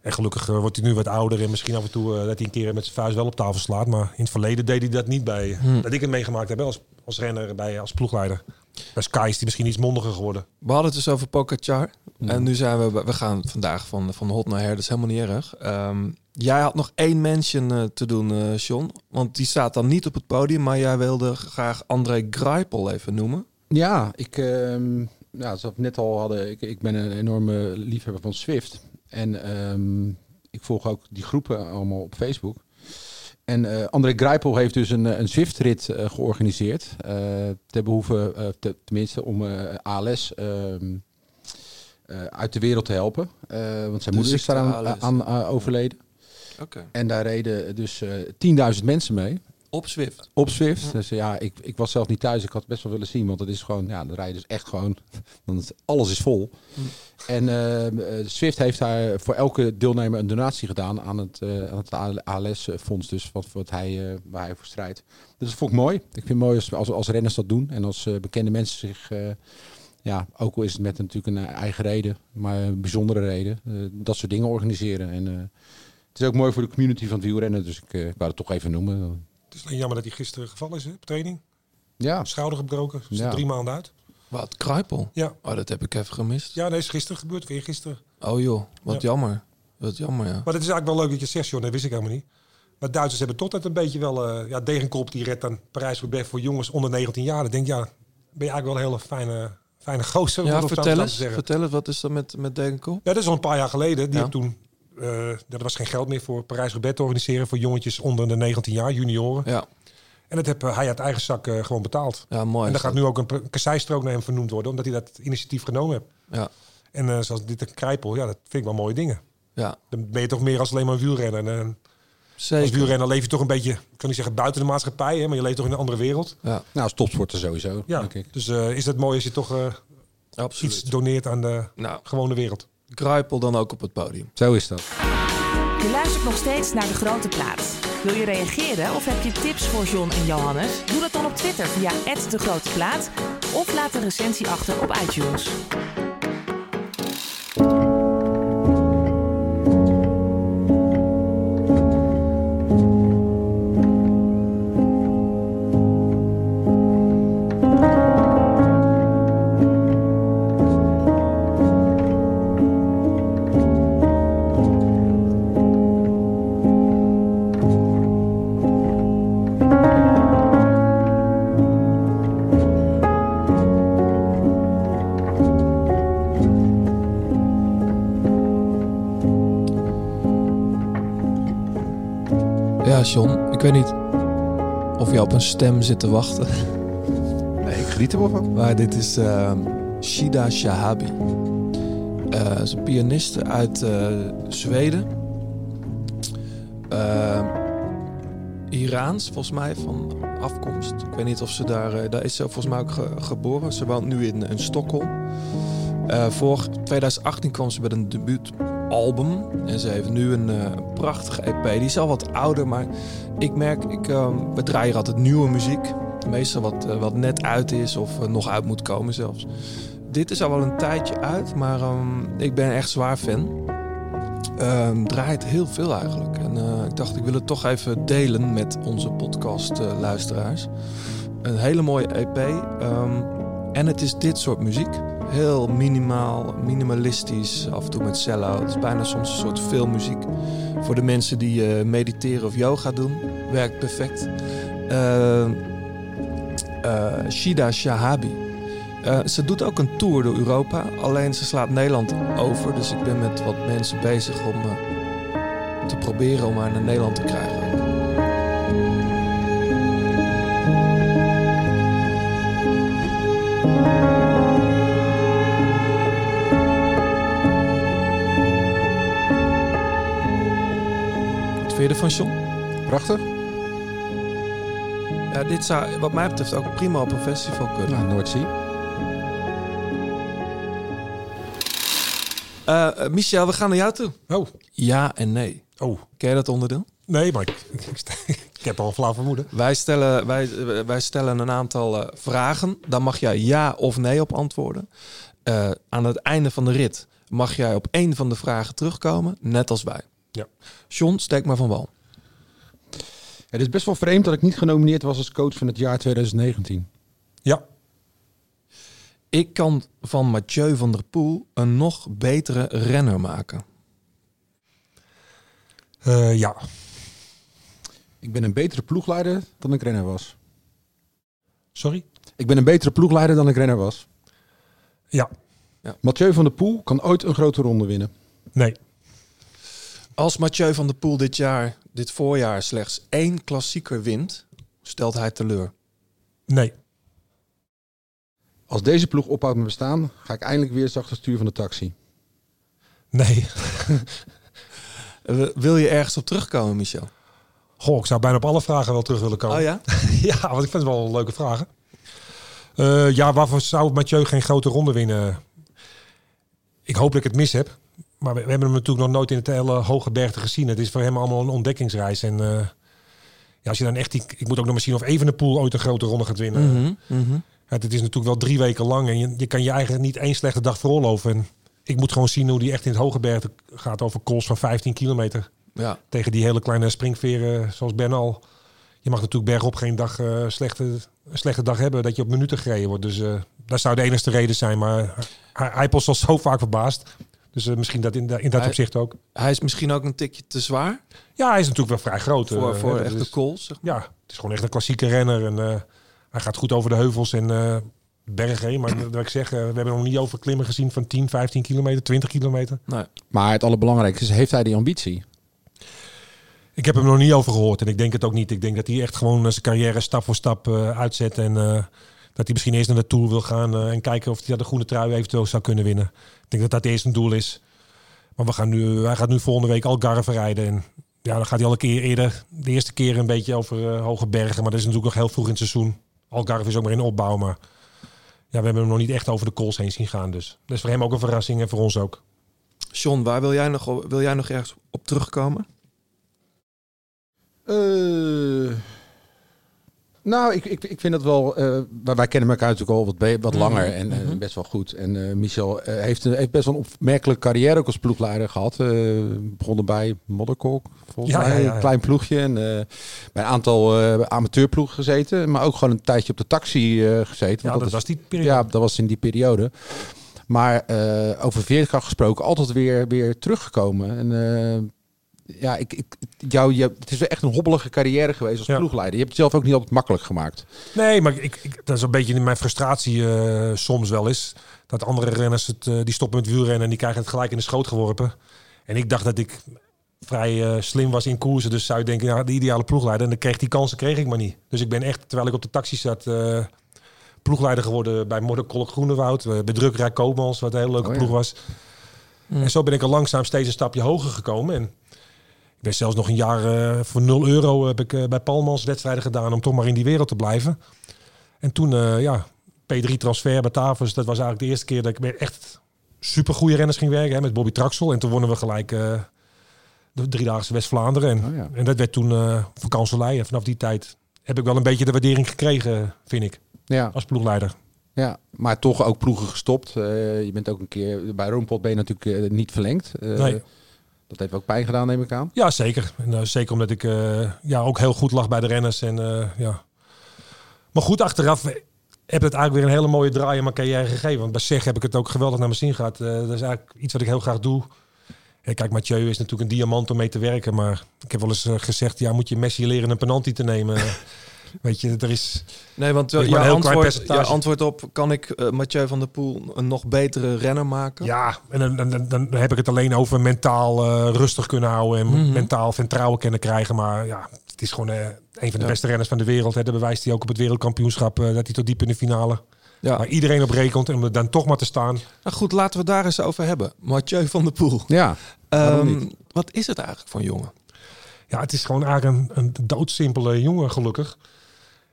G: En gelukkig eh, wordt hij nu wat ouder en misschien af en toe eh, dat hij een keer met zijn vuist wel op tafel slaat. Maar in het verleden deed hij dat niet bij. eh, Dat ik het meegemaakt heb hè, als, als renner, bij, eh, als ploegleider. Bij Sky is hij misschien iets mondiger geworden.
B: We hadden het dus over Pogacar. En nu zijn we... bij- We gaan vandaag van, van hot naar her. Dat is helemaal niet erg. Ehm, jij had nog één mention eh, te doen, eh John. Want die staat dan niet op het podium. Maar jij wilde graag André Greipel even noemen.
A: Ja, ik, ehm nou, zoals we net al hadden, ik, ik ben een enorme liefhebber van Swift. En ehm, ik volg ook die groepen allemaal op Facebook. En eh, André Grijpel heeft dus een, eh, een Zwift-rit eh, georganiseerd. eh ter behoeve, eh, te- tenminste, om eh, ALS ehm, eh, uit de wereld te helpen. Eh, want zijn moeder is
B: ziekte
A: daaraan
B: ALS.
A: aan, eh, overleden.
B: Oké.
A: En daar reden dus eh 10.000 mensen mee.
B: Op Zwift.
A: Op Zwift. Dus ja, ik, ik was zelf niet thuis. Ik had het best wel willen zien. Want het is gewoon, ja, dan rij je dus echt gewoon. *laughs* Dan is, alles is vol. En eh eh, Zwift heeft daar voor elke deelnemer een donatie gedaan aan het, eh, aan het ALS-fonds. Dus wat, wat hij, eh, waar hij voor strijdt. Dus dat vond ik mooi. Ik vind het mooi als, als, als renners dat doen. En als eh, bekende mensen zich. eh, ja, ook al is het met natuurlijk een eigen reden, maar een bijzondere reden. eh, dat soort dingen organiseren. En eh, het is ook mooi voor de community van het wielrennen. Dus ik, eh, ik wou het toch even noemen.
G: Het is alleen jammer dat hij gisteren gevallen is hè, op training.
A: Ja,
G: Schouder gebroken. Zit
A: Ja.
G: drie maanden uit.
B: Wat? Greipel?
G: Ja.
B: Oh, dat heb ik even gemist.
G: Ja, nee, is gisteren gebeurd. Weer gisteren.
B: Oh joh, wat
G: Ja.
B: jammer. Wat jammer, ja.
G: Maar het is eigenlijk wel leuk dat je het zegt, John. Dat wist ik helemaal niet. Maar Duitsers hebben tot het een beetje wel... eh, ja, Degenkolb die redt dan Parijs-Roubaix voor jongens onder 19 jaar. Dan denk ik, ja, ben je eigenlijk wel een hele fijne, fijne gozer. om
B: Ja,
G: het op zo'n
B: vertel
G: staan
B: eens,
G: te zeggen.
B: vertel eens, wat is dat met, met Degenkolb?
G: Ja, dat is al een paar jaar geleden. Die
B: Ja.
G: heeft toen... eh er was geen geld meer voor Parijs-Roubaix te organiseren... voor jongetjes onder de 19 jaar, junioren.
B: Ja,
G: En dat heeft eh, hij uit eigen zak eh, gewoon betaald.
B: ja mooi.
G: en
B: is
G: daar
B: dat.
G: gaat nu ook een pre- kasseistrook naar hem vernoemd worden... omdat hij dat initiatief genomen heeft.
B: Ja,
G: En eh, zoals dit een krijpel, ja, dat vind ik wel mooie dingen.
B: ja.
G: Dan ben je toch meer als alleen maar een wielrenner. En, eh, als
B: zeker.
G: wielrenner leef je toch een beetje, ik kan niet zeggen buiten de maatschappij, hè, maar je leeft toch in een andere wereld.
B: Ja,
A: Nou, als topsporter sowieso,
G: Ja.
A: denk ik.
G: Dus eh, is het mooi als je toch eh,
B: absoluut.
G: iets doneert aan de
B: Nou,
G: gewone wereld.
B: Kruipel dan ook op het podium.
A: Zo is dat.
F: Je luistert nog steeds naar De Grote Plaats. Wil je reageren of heb je tips voor John en Johannes? Doe dat dan op Twitter via @degroteplaat of laat een recensie achter op iTunes.
B: Ja, John, ik weet niet of je op een stem zit te wachten.
A: Nee, ik geniet er wel van.
B: Maar dit is ehm, Shida Shahabi. Eh, Ze is een pianiste uit eh, Zweden. Ehm, Iraans, volgens mij, van afkomst. Ik weet niet of ze daar... eh, daar is ze volgens mij ook ge- geboren. Ze woont nu in, in Stockholm. Eh vorig 2018 kwam ze met een debuutalbum. En ze heeft nu een eh, prachtige EP. Die is al wat ouder, maar ik merk... Ik, ehm, we draaien hier altijd nieuwe muziek. Meestal wat, eh, wat net uit is of eh, nog uit moet komen zelfs. Dit is al wel een tijdje uit, maar ehm, ik ben echt zwaar fan. ehm, draait heel veel eigenlijk. En eh, ik dacht, ik wil het toch even delen met onze podcastluisteraars. Een hele mooie EP. ehm, en het is dit soort muziek. Heel minimaal, minimalistisch, af en toe met cello. Het is bijna soms een soort filmmuziek. Voor de mensen die eh, mediteren of yoga doen, werkt perfect. Ehm, eh, Shida Shahabi. Eh, ze doet ook een tour door Europa, alleen ze slaat Nederland over. Dus ik ben met wat mensen bezig om eh, te proberen om haar naar Nederland te krijgen. Wat vind je ervan, John?
A: Prachtig.
B: Ja, dit zou wat mij betreft ook prima op een festival kunnen.
A: Nou, Ja, Noordzee.
B: Eh, eh, Michel, we gaan naar jou toe.
G: Oh,
B: Ja en nee.
G: oh.
B: Ken je dat onderdeel?
G: Nee, maar ik, *laughs* ik, ik heb al een flauw vermoeden.
B: Wij stellen, wij, wij stellen een aantal eh, vragen. Daar mag jij ja of nee op antwoorden. Eh, aan het einde van de rit mag jij op één van de vragen terugkomen, net als wij.
G: Ja.
B: John, steek maar van wal.
A: Het is best wel vreemd dat ik niet genomineerd was als coach van het jaar 2019.
G: Ja,
B: Ik kan van Mathieu van der Poel een nog betere renner maken.
G: Eh, ja.
A: Ik ben een betere ploegleider dan ik renner was.
G: Sorry?
A: Ik ben een betere ploegleider dan ik renner was.
G: Ja,
A: Mathieu van der Poel kan ooit een grote ronde winnen.
G: nee.
B: Als Mathieu van der Poel dit jaar, dit voorjaar slechts één klassieker wint, stelt hij teleur.
G: Nee,
A: Als deze ploeg ophoudt met bestaan, ga ik eindelijk weer zacht het stuur van de taxi.
G: nee.
B: Eh, Wil je ergens op terugkomen, Michel?
G: Goh, ik zou bijna op alle vragen wel terug willen komen.
B: Oh ja?
G: *laughs* Ja, want ik vind het wel leuke vragen. Eh, ja, waarvoor zou Mathieu geen grote ronde winnen? Ik hoop dat ik het mis heb. Maar we, we hebben hem natuurlijk nog nooit in het hele hoge bergte gezien. Het is voor hem allemaal een ontdekkingsreis. En eh, ja, als je dan echt... Die, ik moet ook nog maar zien of Evenepoel ooit een grote ronde gaat winnen.
B: Mhm, mhm.
G: Het, het is natuurlijk wel drie weken lang. En je, je kan je eigenlijk niet één slechte dag veroorloven. En ik moet gewoon zien hoe die echt in het hoge bergte gaat over calls van 15 kilometer
B: Ja.
G: tegen die hele kleine springveren zoals Bernal. Je mag natuurlijk bergop geen dag, eh, slechte, een slechte dag hebben dat je op minuten gereden wordt. Dus eh dat zou de enige reden zijn. Maar hij, hij was al zo vaak verbaasd. Dus eh, misschien dat in, da- in dat
B: Hij-
G: opzicht ook.
B: Hij is misschien ook een tikje te zwaar
G: Ja, hij is natuurlijk wel vrij groot. eh,
B: voor,
G: hè.
B: voor
G: Dat
B: echte
G: is-
B: calls. zeg
G: Ja, het is gewoon echt een klassieke renner. En, eh, hij gaat goed over de heuvels en eh bergen heen. Maar *clears throat* dat wil ik zeggen, we hebben hem nog niet over klimmen gezien van 10, 15 kilometer, 20 kilometer.
B: maar. Nee.
A: Maar het allerbelangrijkste is, heeft hij die ambitie?
G: Ik heb hem nog niet over gehoord en ik denk het ook niet. Ik denk dat hij echt gewoon eh, zijn carrière stap voor stap eh, uitzet. En eh, dat hij misschien eerst naar de Tour wil gaan eh, en kijken of hij de groene trui eventueel zou kunnen winnen. Ik denk dat dat eerst een doel is. Maar we gaan nu, hij gaat nu volgende week Algarve rijden. En ja, dan gaat hij al een keer eerder, de eerste keer een beetje over eh, hoge bergen. Maar dat is natuurlijk nog heel vroeg in het seizoen. Algarve is ook maar in opbouw, maar ja, we hebben hem nog niet echt over de kools heen zien gaan. Dus dat is voor hem ook een verrassing en voor ons ook.
B: John, waar wil jij nog, op- wil jij nog ergens op terugkomen?
A: Eh, nou, ik, ik, ik vind dat wel. eh, wij, wij kennen elkaar natuurlijk al wat, be-
G: Mhm.
A: wat langer en eh, best wel goed. En eh, Michel eh, heeft, een- heeft best wel een opmerkelijke carrière ook als ploegleider gehad. Eh begonnen bij Modderkok, volgens
G: Ja,
A: mij.
G: ja, ja, ja.
A: Een klein ploegje. En eh, bij een aantal eh amateurploegen gezeten. Maar ook gewoon een tijdje op de taxi eh, gezeten.
G: Ja,
A: want
G: dat,
A: is-
G: was die periode.
A: ja, dat was in die periode. Maar eh, over veerkracht gesproken, altijd weer, weer teruggekomen. En eh, ja, ik, ik, jou, jou- het is wel echt een hobbelige carrière geweest als
G: Ja.
A: ploegleider. Je hebt het zelf ook niet altijd makkelijk gemaakt.
G: Nee, maar ik, ik, dat is een beetje mijn frustratie eh, soms wel eens. Dat andere renners het, eh, die stoppen met wielrennen en die krijgen het gelijk in de schoot geworpen. En ik dacht dat ik vrij eh, slim was in koersen. Dus zou je denken, ja, de ideale ploegleider. En dan kreeg die kansen kreeg ik maar niet. Dus ik ben echt, terwijl ik op de taxi zat, eh, ploegleider geworden bij Modderkolk Groenewoud. eh, Bij Drukrijk Koopmans, wat een hele leuke
A: Oh ja. Hmm.
G: ploeg was.
B: Mm.
G: En zo ben ik al langzaam steeds een stapje hoger gekomen. En ik ben zelfs nog een jaar eh, voor 0 euro heb ik eh, bij Palmans wedstrijden gedaan om toch maar in die wereld te blijven. En toen, eh, ja, P3 transfer bij Tavers. Dat was eigenlijk de eerste keer dat ik met echt supergoeie renners ging werken. Hè, met Bobby Traxel. En toen wonnen we gelijk eh, de driedaagse West-Vlaanderen. En,
A: Oh ja.
G: en dat werd toen eh voor kanselij. En vanaf die tijd heb ik wel een beetje de waardering gekregen, vind ik.
A: Ja,
G: Als ploegleider.
A: ja. maar toch ook ploegen gestopt. Eh, je bent ook een keer bij Roompot ben je natuurlijk eh, niet verlengd. Eh,
G: Nee.
A: Dat heeft ook pijn gedaan, neem ik aan.
G: Ja, zeker. En, eh, zeker omdat ik eh, ja, ook heel goed lag bij de renners. En, eh, ja. Maar goed, achteraf heb het eigenlijk weer een hele mooie draai aan mijn carrière gegeven. Want bij SEG heb ik het ook geweldig naar mijn zin gehad. Eh, dat is eigenlijk iets wat ik heel graag doe. En kijk, Mathieu is natuurlijk een diamant om mee te werken. Maar ik heb wel eens eh, gezegd, ja, moet je Messi leren een penalty te nemen. Weet je, er is...
B: Nee, want
G: Dat
B: eh,
G: is maar
B: jouw
G: een heel klein
B: antwoord,
G: percentage.
B: jouw antwoord op... kan ik eh, Mathieu van der Poel een nog betere renner maken?
G: Ja, en dan, dan, dan, dan heb ik het alleen over mentaal eh, rustig kunnen houden en
B: Mhm.
G: mentaal vertrouwen kunnen krijgen. Maar ja, het is gewoon eh, een van
B: Ja.
G: de beste renners van de wereld. Hè. Dat bewijst hij ook op het wereldkampioenschap, eh, dat hij tot diep in de finale.
B: Ja.
G: Maar iedereen op rekent en om er dan toch maar te staan.
B: Nou goed, laten we het daar eens over hebben. Mathieu van der
G: *laughs*
B: Poel.
A: Ja, waarom
B: Ehm, wat is het eigenlijk voor een jongen?
G: Ja, het is gewoon eigenlijk een, een doodsimpele jongen, gelukkig.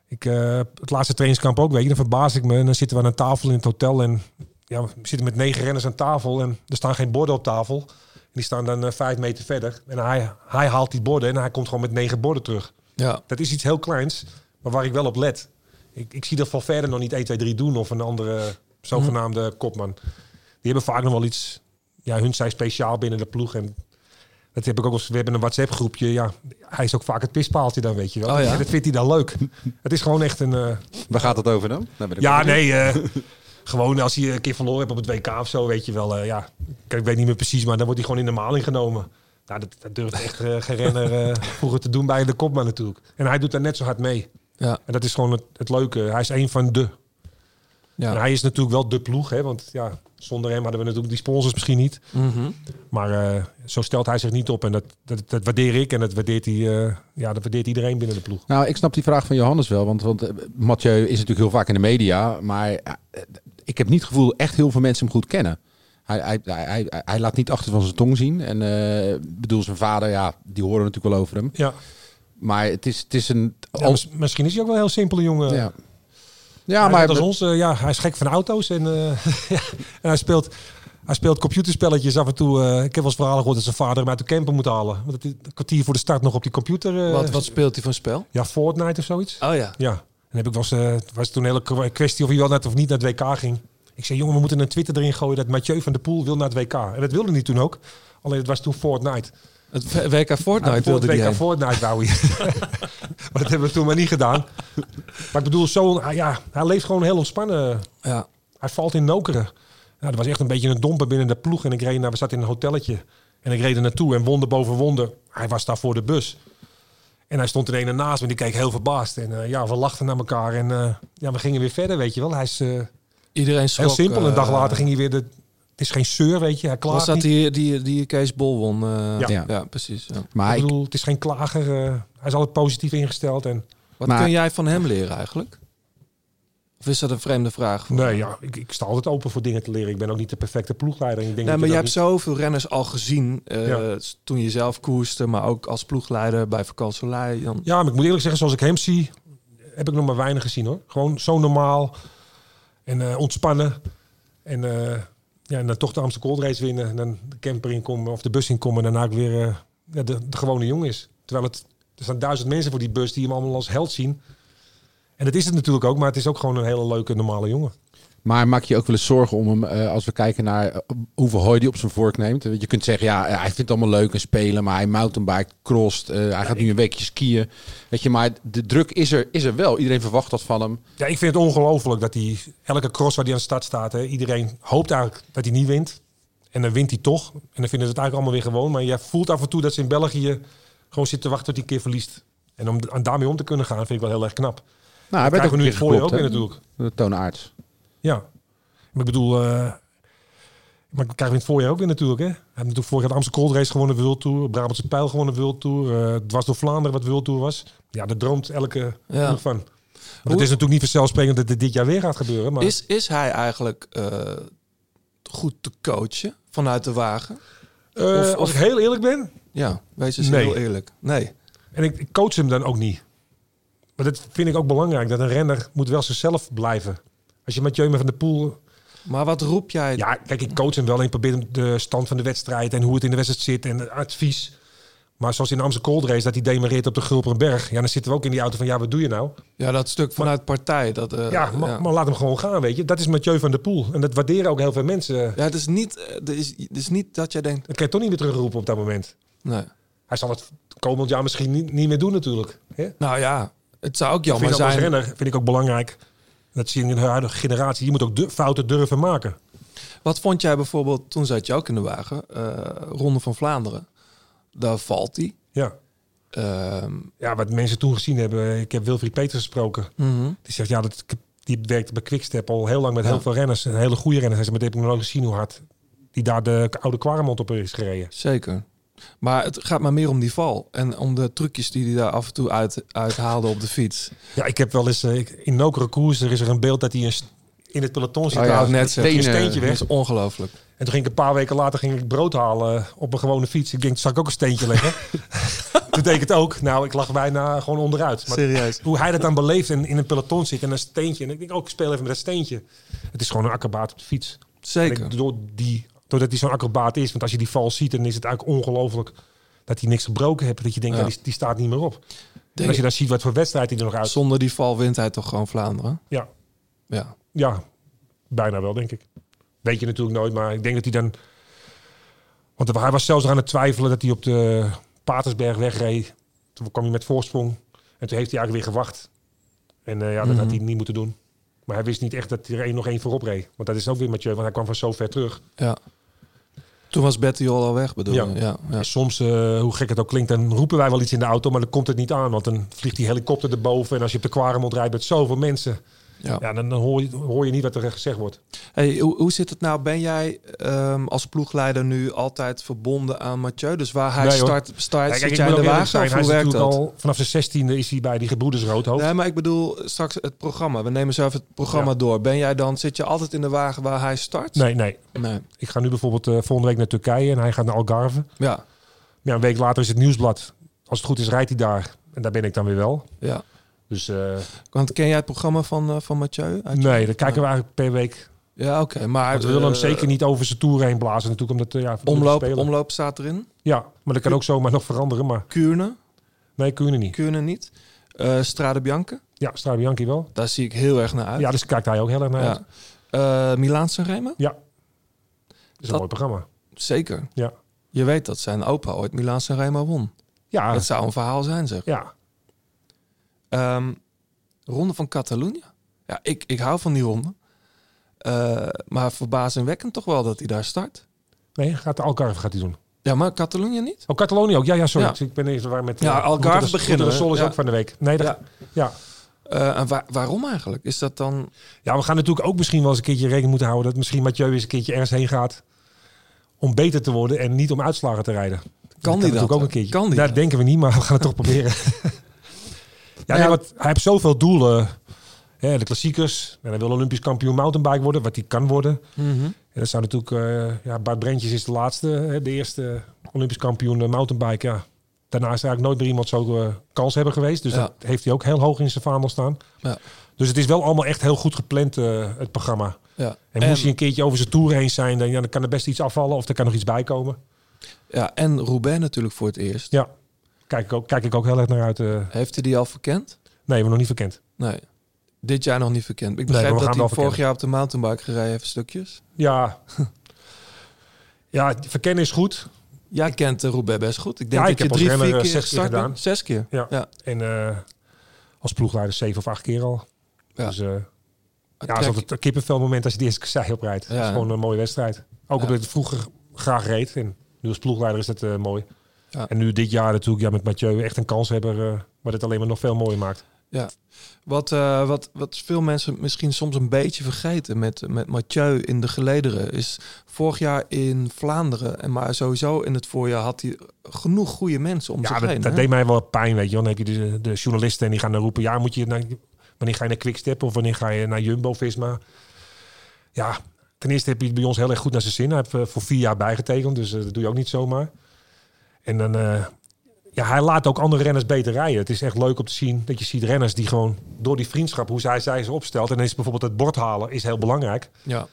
G: Ik, eh, het laatste trainingskamp ook, weet je, dan verbaas ik me. En dan zitten we aan een tafel in het hotel en ja, we zitten met negen renners aan tafel. En er staan geen borden op tafel. En die staan dan eh, vijf meter verder. En hij, hij haalt die borden en hij komt gewoon met negen borden terug.
B: Ja.
G: Dat is iets heel kleins, maar waar ik wel op let. Ik, ik zie dat van verder nog niet 1, 2, 3 doen of een andere zogenaamde
B: Hm.
G: kopman. Die hebben vaak nog wel iets. Ja, hun zijn speciaal binnen de ploeg. En dat heb ik ook als we hebben een WhatsApp groepje. Ja, hij is ook vaak het pispaaltje dan, weet je wel.
B: Oh ja?
G: En dat vindt hij dan
B: *laughs*
G: leuk. het is gewoon echt een. eh,
A: waar gaat het over dan? Daar ben ik
G: ja,
A: benieuwd.
G: nee. eh, *laughs* gewoon als hij een keer verloren hebt op het WK of zo, weet je wel. eh, ja, Kijk, ik weet niet meer precies, maar dan wordt hij gewoon in de maling genomen. Nou, dat, dat durft echt eh, geen renner eh, vroeger te doen bij de kopman natuurlijk. En hij doet daar net zo hard mee.
B: Ja.
G: En dat is gewoon het, het leuke. Hij is een van de.
B: Ja.
G: En Nou, hij is natuurlijk wel de ploeg, hè, want ja, zonder hem hadden we natuurlijk die sponsors misschien niet.
B: Mhm.
G: Maar eh, zo stelt hij zich niet op en dat, dat, dat waardeer ik en dat waardeert, hij, eh, ja, dat waardeert iedereen binnen de ploeg.
A: Nou, ik snap die vraag van Johannes wel. Want, want eh, Mathieu is natuurlijk heel vaak in de media. Maar eh, ik heb niet het gevoel dat echt heel veel mensen hem goed kennen. Hij, hij, hij, hij, hij laat niet achter van zijn tong zien. En eh, ik bedoel, zijn vader, ja, die horen natuurlijk wel over hem.
G: Ja,
A: Maar het is, het is een...
G: Ja, mis- misschien is hij ook wel een heel simpele jongen.
A: ja. ja,
G: Ja,
A: maar...
G: maar als ons, eh, ja, hij is gek van auto's en, eh, *laughs* en hij speelt. Hij speelt computerspelletjes af en toe. eh, ik heb wel eens verhalen gehoord dat zijn vader hem uit de camper moet halen. Want het is een kwartier voor de start nog op die computer. eh,
B: wat, wat speelt hij voor spel?
G: Ja, Fortnite of zoiets.
B: Oh ja.
G: Ja. En heb ik was, eh was toen een hele kwa- kwestie of hij wel naar het- of niet naar het WK ging. Ik zei, jongen, we moeten een Twitter erin gooien dat Mathieu van der Poel wil naar het WK. En dat wilde hij toen ook. Alleen het was toen Fortnite. Nou,
B: Het W- WK Fortnite
G: Voor
B: Nou, wilde
G: het
B: die
G: WK
B: heen.
G: Fortnite wou hij. *laughs* maar dat hebben we toen maar niet gedaan. Maar ik bedoel, zo, ah, ja, hij leeft gewoon heel ontspannen.
B: Ja.
G: Hij valt in Nokeren. Nou, dat was echt een beetje een domper binnen de ploeg. En ik reed naar, we zaten in een hotelletje. En ik reed er naartoe en wonder boven wonder. Hij was daar voor de bus. En hij stond er een naast me, die keek heel verbaasd. En eh, ja, we lachten naar elkaar en eh, ja, we gingen weer verder, weet je wel. Hij is eh,
B: Iedereen schrok.
G: heel simpel. Een dag
B: eh,
G: later ging hij weer de... Het is geen zeur, weet je. Hij klaagt
B: Was dat
G: niet.
B: die, die, die Kees Bol won? eh,
G: Ja.
B: ja. precies. ja.
A: maar
G: Ik
A: ik,
G: bedoel, het is geen klager. eh, hij is altijd positief ingesteld. En
B: Wat
A: Maar-
B: kun jij van hem leren eigenlijk? Of is dat een vreemde vraag? voor
G: Nee,
B: jou?
G: ja, ik, ik sta altijd open voor dingen te leren. Ik ben ook niet de perfecte ploegleider. Ik denk
B: Nee,
G: dat
B: maar je
G: dat
B: hebt zoveel renners al gezien. eh,
G: Ja.
B: s- Toen je zelf koerste, maar ook als ploegleider bij Vakant Soleil. Dan...
G: niet- Ja, maar ik moet eerlijk zeggen, zoals ik hem zie, heb ik nog maar weinig gezien hoor. Gewoon zo normaal en eh, ontspannen. En, eh, ja, en dan toch de Amsterdam Gold Race winnen. En dan de camper inkomen of de bus inkomen. En daarna ook weer eh, ja, de, de gewone jongen is. Terwijl het, er staan duizend mensen voor die bus die hem allemaal als held zien. En dat is het natuurlijk ook, maar het is ook gewoon een hele leuke, normale jongen.
A: Maar maak je ook wel eens zorgen om hem, eh, als we kijken naar eh, hoeveel hooi hij op zijn vork neemt? Want Je kunt zeggen, ja, eh, hij vindt het allemaal leuk en spelen, maar hij mountainbike, crossed, eh, hij gaat nu een weekje skiën. Weet je, maar de druk is er, is er wel. Iedereen verwacht dat van hem.
G: Ja, ik vind het ongelooflijk dat hij elke cross waar hij aan de start staat, hè, iedereen hoopt eigenlijk dat hij niet wint. En dan wint hij toch. En dan vinden ze het eigenlijk allemaal weer gewoon. Maar je voelt af en toe dat ze in België gewoon zitten te wachten tot hij een keer verliest. En om en daarmee om te kunnen gaan, vind ik wel heel erg knap.
A: Nou, hij werd
G: Krijgen
A: ook
G: we
A: een
G: nu
A: keer
G: het voor je ook
A: geklopt,
G: weer
A: hè?
G: natuurlijk.
A: De toonaards.
G: Ja. Maar ik bedoel, eh, maar ik krijg het voorjaar ook weer natuurlijk. Hè? Hij heeft natuurlijk vorig jaar de Amsterdam Cold Race gewonnen, World Tour. Brabantse Pijl gewonnen, World Tour. eh dwars door Vlaanderen, wat World Tour was. Ja, daar droomt elke
B: Ja.
G: ploeg van. Want
B: Hoe-
G: het is natuurlijk niet vanzelfsprekend dat dit dit jaar weer gaat gebeuren. Maar...
B: Is, is hij eigenlijk eh, goed te coachen vanuit de wagen?
G: Eh,
B: Of- of-
G: als ik heel eerlijk ben,
B: Ja, wees eens
G: Nee.
B: heel eerlijk. Nee.
G: en ik, ik coach hem dan ook niet. Maar dat vind ik ook belangrijk, dat een renner moet wel zichzelf blijven. Als je met Jeume van der Poel...
B: Maar wat roep jij?
G: Ja, kijk, ik coach hem wel en ik probeer hem de stand van de wedstrijd... en hoe het in de wedstrijd zit en het advies. Maar zoals in de Amsterdam Cold Race, dat hij demareert op de Gulperenberg. Ja, dan zitten we ook in die auto van, ja, wat doe je nou?
B: Ja, dat stuk vanuit partij. Dat, eh,
G: ja, maar, maar laat hem gewoon gaan, weet je. Dat is Mathieu van der Poel. En dat waarderen ook heel veel mensen.
B: Ja, het is niet, eh, er is, het is niet dat jij denkt...
G: Dat kan je toch niet meer terugroepen op dat moment.
B: Nee.
G: Hij zal het komend jaar misschien niet, niet meer doen natuurlijk. hè?
B: Nou ja, het zou ook
G: Ik
B: jammer
G: vind dat als
B: zijn.
G: renner vind ik ook belangrijk. Dat zie je in de huidige generatie. Je moet ook de fouten durven maken.
B: Wat vond jij bijvoorbeeld, toen zat je ook in de wagen, eh, Ronde van Vlaanderen. Daar valt hij.
G: Ja.
B: Ehm,
G: ja, wat mensen toen gezien hebben. Ik heb Wilfried Peters gesproken.
B: mhm.
G: Die zegt, ja, dat, die werkt bij Quickstep al heel lang met
B: Ja.
G: heel veel renners. En hele goede renners. Hij zegt, maar dit heb ik nog nooit gezien hoe hard die daar de oude Quaremont op is gereden.
B: Zeker. Maar het gaat maar meer om die val. En om de trucjes die hij daar af en toe uit, uithaalde op de fiets.
G: Ja, ik heb wel eens eh, ik- in Nokere Koers, er is er een beeld dat hij een st- in het peloton zit.
B: Oh ja,
G: daar
B: net
G: met
B: zo.
G: een
I: Tenen.
G: steentje
B: Dat
G: weg.
B: is ongelooflijk.
G: En toen ging ik een paar weken later ging ik brood halen op een gewone fiets. Ik denk, toen zal ik ook een steentje
B: *laughs*
G: leggen. toen deed ik het ook. Nou, ik lag bijna gewoon onderuit. Maar
B: Serieus.
G: hoe hij dat dan beleeft en in een peloton zit en een steentje. En ik denk, ook ik speel even met dat steentje. Het is gewoon een acrobaat op de fiets. En
B: Zeker.
G: ik- Door die, doordat hij zo'n acrobaat is. Want als je die val ziet, dan is het eigenlijk ongelooflijk dat hij niks gebroken heeft. Dat je denkt,
B: Ja.
G: ja, die, die staat niet meer op. En
B: Denk-
G: als je dan ziet wat voor wedstrijd hij er nog uit...
B: Zonder die val wint hij toch gewoon Vlaanderen?
G: Ja.
B: Ja.
G: Ja, bijna wel, denk ik. Weet je natuurlijk nooit, maar ik denk dat hij dan... Want hij was zelfs aan het twijfelen dat hij op de Patersberg wegreed. Toen kwam hij met voorsprong. En toen heeft hij eigenlijk weer gewacht. En eh, ja, dat
B: Mhm.
G: had hij niet moeten doen. Maar hij wist niet echt dat hij er een, nog één voorop reed. Want dat is ook weer Mathieu, want hij kwam van zo ver terug.
B: Ja. Toen was Betty al weg, bedoel je?
G: Ja.
B: Ja, ja.
G: En soms, eh, hoe gek het ook klinkt, dan roepen wij wel iets in de auto, maar dan komt het niet aan. Want dan vliegt die helikopter erboven. En als je op de Quaremont rijdt met zoveel mensen,
B: ja.
G: ja, dan, dan hoor, je, hoor je niet wat er gezegd wordt.
B: Hey, hoe, hoe zit het nou? Ben jij ehm, als ploegleider nu altijd verbonden aan Mathieu? Dus waar hij
G: Nee, hoor.
B: start, start
G: Ja, kijk,
B: zit
G: ik
B: jij in
G: moet
B: de
G: ook eerlijk
B: wagen?
G: zijn,
B: Of
G: hij
B: hoe
G: is
B: werkt
G: natuurlijk
B: dat?
G: al vanaf zijn zestiende is hij bij die gebroeders Roodhoofd.
B: Nee, maar ik bedoel straks het programma. We nemen zo even het programma
G: Ja.
B: door. Ben jij dan, zit je altijd in de wagen waar hij start?
G: nee, nee.
B: Nee.
G: Ik ga nu bijvoorbeeld eh, volgende week naar Turkije en hij gaat naar Algarve.
B: Ja,
G: Ja, een week later is het nieuwsblad. Als het goed is, rijdt hij daar. En daar ben ik dan weer wel.
B: ja.
G: Dus eh,
B: Want ken jij het programma van, eh, van Mathieu? Uit-
G: nee, dan kijken we eigenlijk per week.
B: Ja, oké. Maar
G: Want we willen hem
B: eh,
G: zeker niet over zijn toer heen blazen. Natuurlijk omdat, eh, ja, voor de
B: Omloop,
G: spelen.
B: omloop staat erin.
G: Ja, maar dat kan ook zomaar nog veranderen. Maar
B: Kuurne,
G: nee, kunnen niet.
B: Kuurne niet. Eh Strade Bianca,
G: Ja, Strabianchi wel.
B: daar zie ik heel erg naar uit.
G: Ja, dus kijkt hij ook heel erg naar uit.
B: Ja. Eh Milaanse remmen?
G: Dat is een
B: Dat-
G: mooi programma.
B: Zeker.
G: Ja.
B: Je weet dat zijn opa ooit Milaanse Remo won.
G: Ja,
B: Dat zou een verhaal zijn, zeg.
G: ja.
B: Ehm, ronde van Catalonië. Ja, ik, ik hou van die ronde. Eh, maar verbazingwekkend toch wel dat hij daar start.
G: Nee, gaat de Algarve gaat hij doen.
B: Ja, maar Catalonië niet?
G: Oh, Catalonië ook. Ja, ja, sorry.
B: Ja.
G: Ik ben even waar met...
B: Ja,
G: eh,
B: Algarve
G: moeten de-
B: beginnen,
G: moeten De
B: hè?
G: Sol is
B: Ja.
G: ook van de week. Nee, dat,
B: Ja.
G: ja.
B: Eh, en waar- waarom eigenlijk? Is dat dan...
G: Ja, we gaan natuurlijk ook misschien wel eens een keertje rekening moeten houden... dat misschien Mathieu eens een keertje ergens heen gaat... om beter te worden en niet om uitslagen te rijden.
B: Kan die
G: natuurlijk
B: dat?
G: ook een keertje.
B: Kan die
G: Daar
B: dat?
G: denken we niet, maar we gaan het toch
B: *laughs*
G: proberen. ja,
B: Nou ja.
G: nee, want hij heeft zoveel doelen. Hè, de klassiekers. En hij wil Olympisch kampioen mountainbike worden, wat hij kan worden.
B: Mhm.
G: En dat zou natuurlijk... eh, ja, Bart Brentjes is de laatste. Hè, de eerste Olympisch kampioen eh, mountainbike, ja. Daarna is er eigenlijk nooit meer iemand zo eh, kans hebben geweest. Dus
B: Ja.
G: dat heeft hij ook heel hoog in zijn vaandel staan.
B: Ja.
G: Dus het is wel allemaal echt heel goed gepland, eh, het programma.
B: Ja.
G: En, moest hij een keertje over zijn toer heen zijn, dan, ja, dan kan er best iets afvallen of er kan nog iets bij komen.
B: ja, en Roubaix natuurlijk voor het eerst.
G: Ja, kijk ik ook, kijk ik ook heel erg naar uit. eh. nee,
B: Heeft hij die al verkend?
G: we hebben nog niet verkend.
B: Nee. Dit jaar nog niet verkend. Ik
G: maar
B: begrijp
G: we gaan
B: dat hij
G: wel
B: vorig
G: verkennen.
B: jaar op de mountainbike gereden heeft stukjes.
G: Ja, *laughs* ja verkennen is goed.
B: Jij kent de Roubaix best goed. Ik denk dat
G: Ja, ik
B: je
G: heb als
B: drie,
G: renner,
B: vier
G: eh,
B: keer
G: zes keer
B: gestart
G: gedaan.
B: bent. Zes keer?
G: Ja.
B: ja.
G: En eh, als ploegleider zeven of acht keer al.
B: Ja.
G: Dus eh, ja,
B: Trek-
G: alsof het kippenvelmoment als je de eerste kassei oprijdt.
B: Ja.
G: Het is gewoon een mooie wedstrijd. Ook omdat ik het vroeger graag reed. En nu als ploegleider is dat eh, mooi.
B: Ja.
G: En nu dit jaar natuurlijk ja, met Mathieu echt een kans hebben... eh, wat het alleen maar nog veel mooier maakt.
B: Ja. Wat, eh, wat, wat veel mensen misschien soms een beetje vergeten met, met Mathieu in de gelederen is vorig jaar in Vlaanderen en maar sowieso in het voorjaar had hij genoeg goede mensen om
G: Ja,
B: zich heen.
G: dat, dat
B: hè?
G: deed mij wel pijn, weet je. Want Dan heb je de, de journalisten en die gaan dan roepen... Ja, moet je naar, wanneer ga je naar Quickstep of wanneer ga je naar Jumbo-Visma? Ja, ten eerste heb je het bij ons heel erg goed naar zijn zin. Hij heeft eh, voor vier jaar bijgetekend, dus eh, dat doe je ook niet zomaar. En dan... eh, ja, hij laat ook andere renners beter rijden. Het is echt leuk om te zien dat je ziet renners die gewoon door die vriendschap, hoe zij, zij ze opstelt. En dan is bijvoorbeeld het bord halen is heel belangrijk.
B: ja.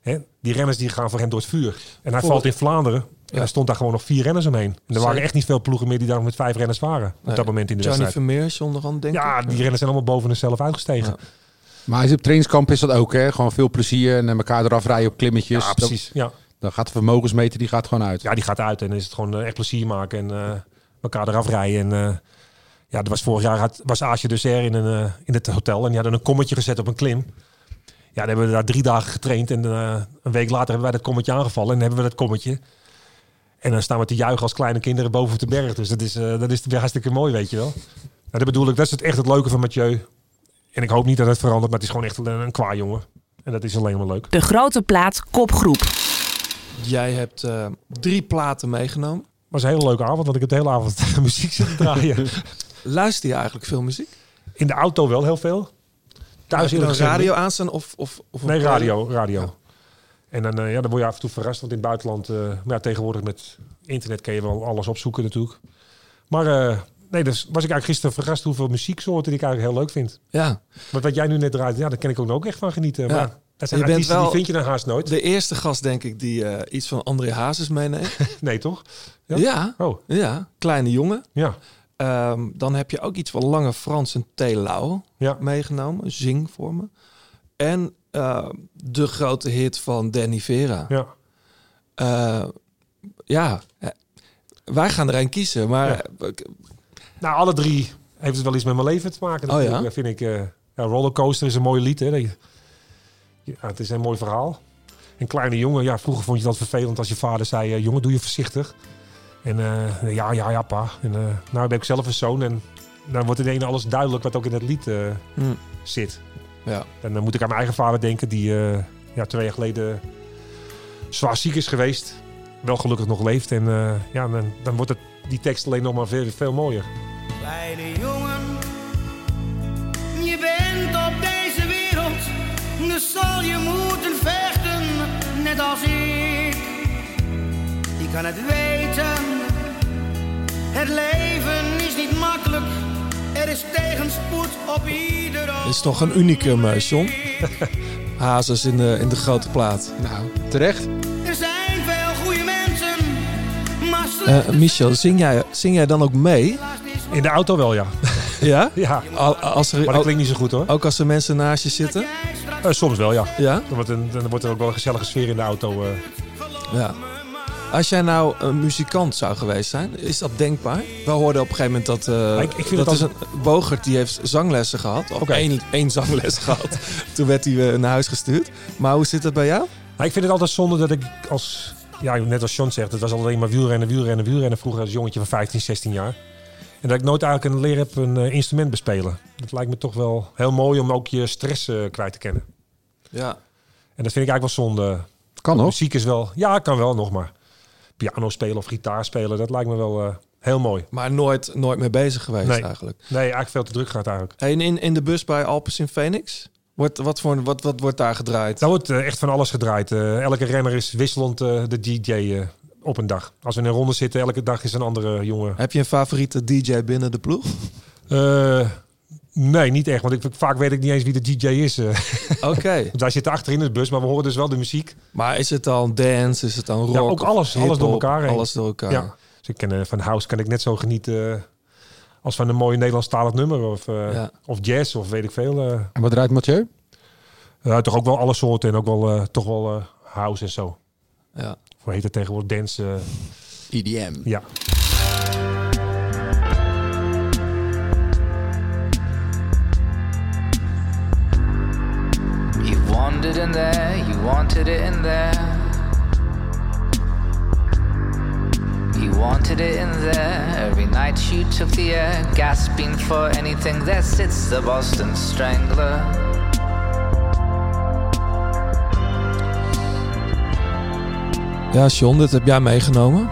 G: Hè? Die renners die gaan voor hem door het vuur. En hij
B: Voor-
G: valt in Vlaanderen En er stond daar gewoon nog vier renners omheen. En er waren
B: Zeker.
G: echt niet veel ploegen meer die daar nog met vijf renners waren. Op
B: Nee.
G: dat moment in de
B: Johnny
G: wedstrijd.
B: Vermeer is onderhand, denk
G: Ja,
B: ik.
G: die renners zijn allemaal boven zichzelf uitgestegen.
B: Ja.
A: Maar is op trainingskamp is dat ook, hè? Gewoon veel plezier en eh, elkaar eraf rijden op klimmetjes.
G: Ja, precies. Ja.
A: Dan, dan gaat de vermogensmeter die gaat gewoon uit.
G: ja, die gaat uit en is het gewoon eh, echt plezier maken en eh, elkaar eraf rijden. En, eh, ja, dat was vorig jaar had, was Aasje dus er in, een, eh, in het hotel en die hadden een kommetje gezet op een klim. Ja, dan hebben we daar drie dagen getraind en eh, een week later hebben wij dat kommetje aangevallen en hebben we dat kommetje. En dan staan we te juichen als kleine kinderen boven op de berg. Dus dat is, eh, dat is weer hartstikke mooi, weet je wel. Nou, dat bedoel ik, dat is het, echt het leuke van Mathieu. En ik hoop niet dat het verandert, maar het is gewoon echt een, een kwaai jongen. En dat is alleen maar leuk.
F: De grote plaat kopgroep.
B: Jij hebt eh, drie platen meegenomen.
G: Het was een hele leuke avond, want ik heb de hele avond *laughs* muziek zitten draaien.
B: Luister je eigenlijk veel muziek?
G: In de auto wel heel veel. Thuis
B: Heb je
G: in de
B: dan radio aanstaan of... of, of
G: Nee,
B: of-
G: radio. radio.
B: Ja.
G: En dan, eh, ja, dan word je af en toe verrast, want in het buitenland... eh, maar ja, tegenwoordig met internet kun je wel alles opzoeken natuurlijk. Maar eh, nee, dus was ik eigenlijk gisteren verrast hoeveel muzieksoorten die ik eigenlijk heel leuk vind.
B: Ja,
G: Want wat jij nu net draait, ja, daar kan ik ook echt van genieten.
B: Ja.
G: Maar dat zijn
B: Je bent
G: artiesten,
B: wel-
G: die vind je dan haast nooit.
B: de eerste gast denk ik die eh, iets van André Hazes meeneemt.
G: Nee, toch? Ja?
B: ja. ja,
G: Oh,
B: kleine jongen.
G: ja.
B: Ehm, dan heb je ook iets van Lange Frans en T. Lauw
G: Ja.
B: meegenomen. Zing voor me. En eh, de grote hit van Danny Vera.
G: ja.
B: Eh, ja, eh, wij gaan er een kiezen. Maar
G: Ja.
B: eh, ik-
G: Nou, alle drie heeft het wel iets met mijn leven te maken.
B: Oh, ja?
G: natuurlijk. Dat vind ik. eh, ja, Rollercoaster is een mooi lied. Hè? Dat je- Ja, het is een mooi verhaal. Een kleine jongen, ja, vroeger vond je dat vervelend als je vader zei: eh, jongen, doe je voorzichtig. En eh, ja, ja, ja, pa. En, eh, nou, ben ik zelf een zoon en dan wordt ineens alles duidelijk wat ook in het lied eh,
B: Hmm.
G: zit.
B: ja.
G: En dan moet ik aan mijn eigen vader denken, die eh, ja, twee jaar geleden zwaar ziek is geweest. Wel gelukkig nog leeft. En eh, ja, dan, dan wordt het, die tekst alleen nog maar veel, veel mooier.
I: Kleine jongen, je bent op deze wereld, dus zal je moeten vechten, net als ik. Je kan het weten, het leven is niet makkelijk, er is tegenspoed op ieder
B: Dit is toch een unicum, eh, John? *laughs* Hazes in de, in de grote plaat.
A: Nou, terecht.
I: Er zijn veel goede mensen, maar
H: Uh,
I: slecht
B: Eh, Michel, zing jij, zing jij dan ook mee?
I: is
G: In de auto wel, ja.
B: Ja?
G: ja.
B: Al- als er,
G: Maar dat klinkt niet zo goed hoor.
B: ook als er mensen naast je zitten?
I: jij straks
G: Eh, soms wel, ja.
B: Ja?
G: Dan wordt, een- dan wordt er ook wel een gezellige sfeer in de auto. eh.
B: ja. Als jij nou een muzikant zou geweest zijn, is dat denkbaar? We hoorden op een gegeven moment dat... eh,
G: Ik- ik vind
B: dat
G: het
B: is een, Bogert die heeft zanglessen gehad. Of
G: Oké.
B: één, één zangles *laughs* gehad. Toen werd hij eh, naar huis gestuurd. Maar hoe zit dat bij jou?
G: Maar Nou, ik vind het altijd zonde dat ik als... Ja, net als John zegt, het was alleen maar wielrennen, wielrennen, wielrennen. Vroeger als jongetje van 15, 16 jaar. En dat ik nooit eigenlijk een leer heb een eh, instrument bespelen. Dat lijkt me toch wel heel mooi om ook je stress eh, kwijt te kennen.
B: Ja.
G: En dat vind ik eigenlijk wel zonde.
A: Kan nog.
G: Muziek is wel... Ja, kan wel nog maar. Piano spelen of gitaar spelen, dat lijkt me wel eh, heel mooi.
B: Maar nooit, nooit mee bezig geweest
G: Nee.
B: eigenlijk.
G: Nee, eigenlijk veel te druk gaat eigenlijk.
B: En in, in de bus bij Alpes in Phoenix? Wordt, wat, voor, wat, wat wordt daar gedraaid?
G: Daar wordt eh, echt van alles gedraaid. Eh, elke renner is wisselend eh, de DJ eh, op een dag. Als we in een ronde zitten, elke dag is een andere jongen.
B: Heb je een favoriete DJ binnen de ploeg?
G: Eh, nee, niet echt. Want ik, vaak weet ik niet eens wie de DJ is. eh. *laughs* Want
B: Oké.
G: wij zitten achter in de bus, maar we horen dus wel de muziek.
B: Maar is het dan dance? Is het dan rock?
G: Ja, ook
B: of
G: alles. Alles door
B: hiphop?
G: elkaar heen.
B: Alles door elkaar.
G: Ja. Dus ik ken, eh, van house kan ik net zo genieten eh, als van een mooi Nederlandstalig nummer. Of, eh,
B: Ja.
G: of jazz, of weet ik veel. eh.
A: En wat draait Mathieu?
G: Ja, toch ook wel alle soorten en ook wel, eh, toch wel eh, house en zo.
B: Ja.
G: Hoe heet het tegenwoordig? Dance. eh,
A: IDM.
G: ja.
J: You wanted in there, you wanted it in there. You wanted it in there. Every night you took the air, gasping for anything. There sits the Boston Strangler.
B: ja, John, dit heb jij meegenomen.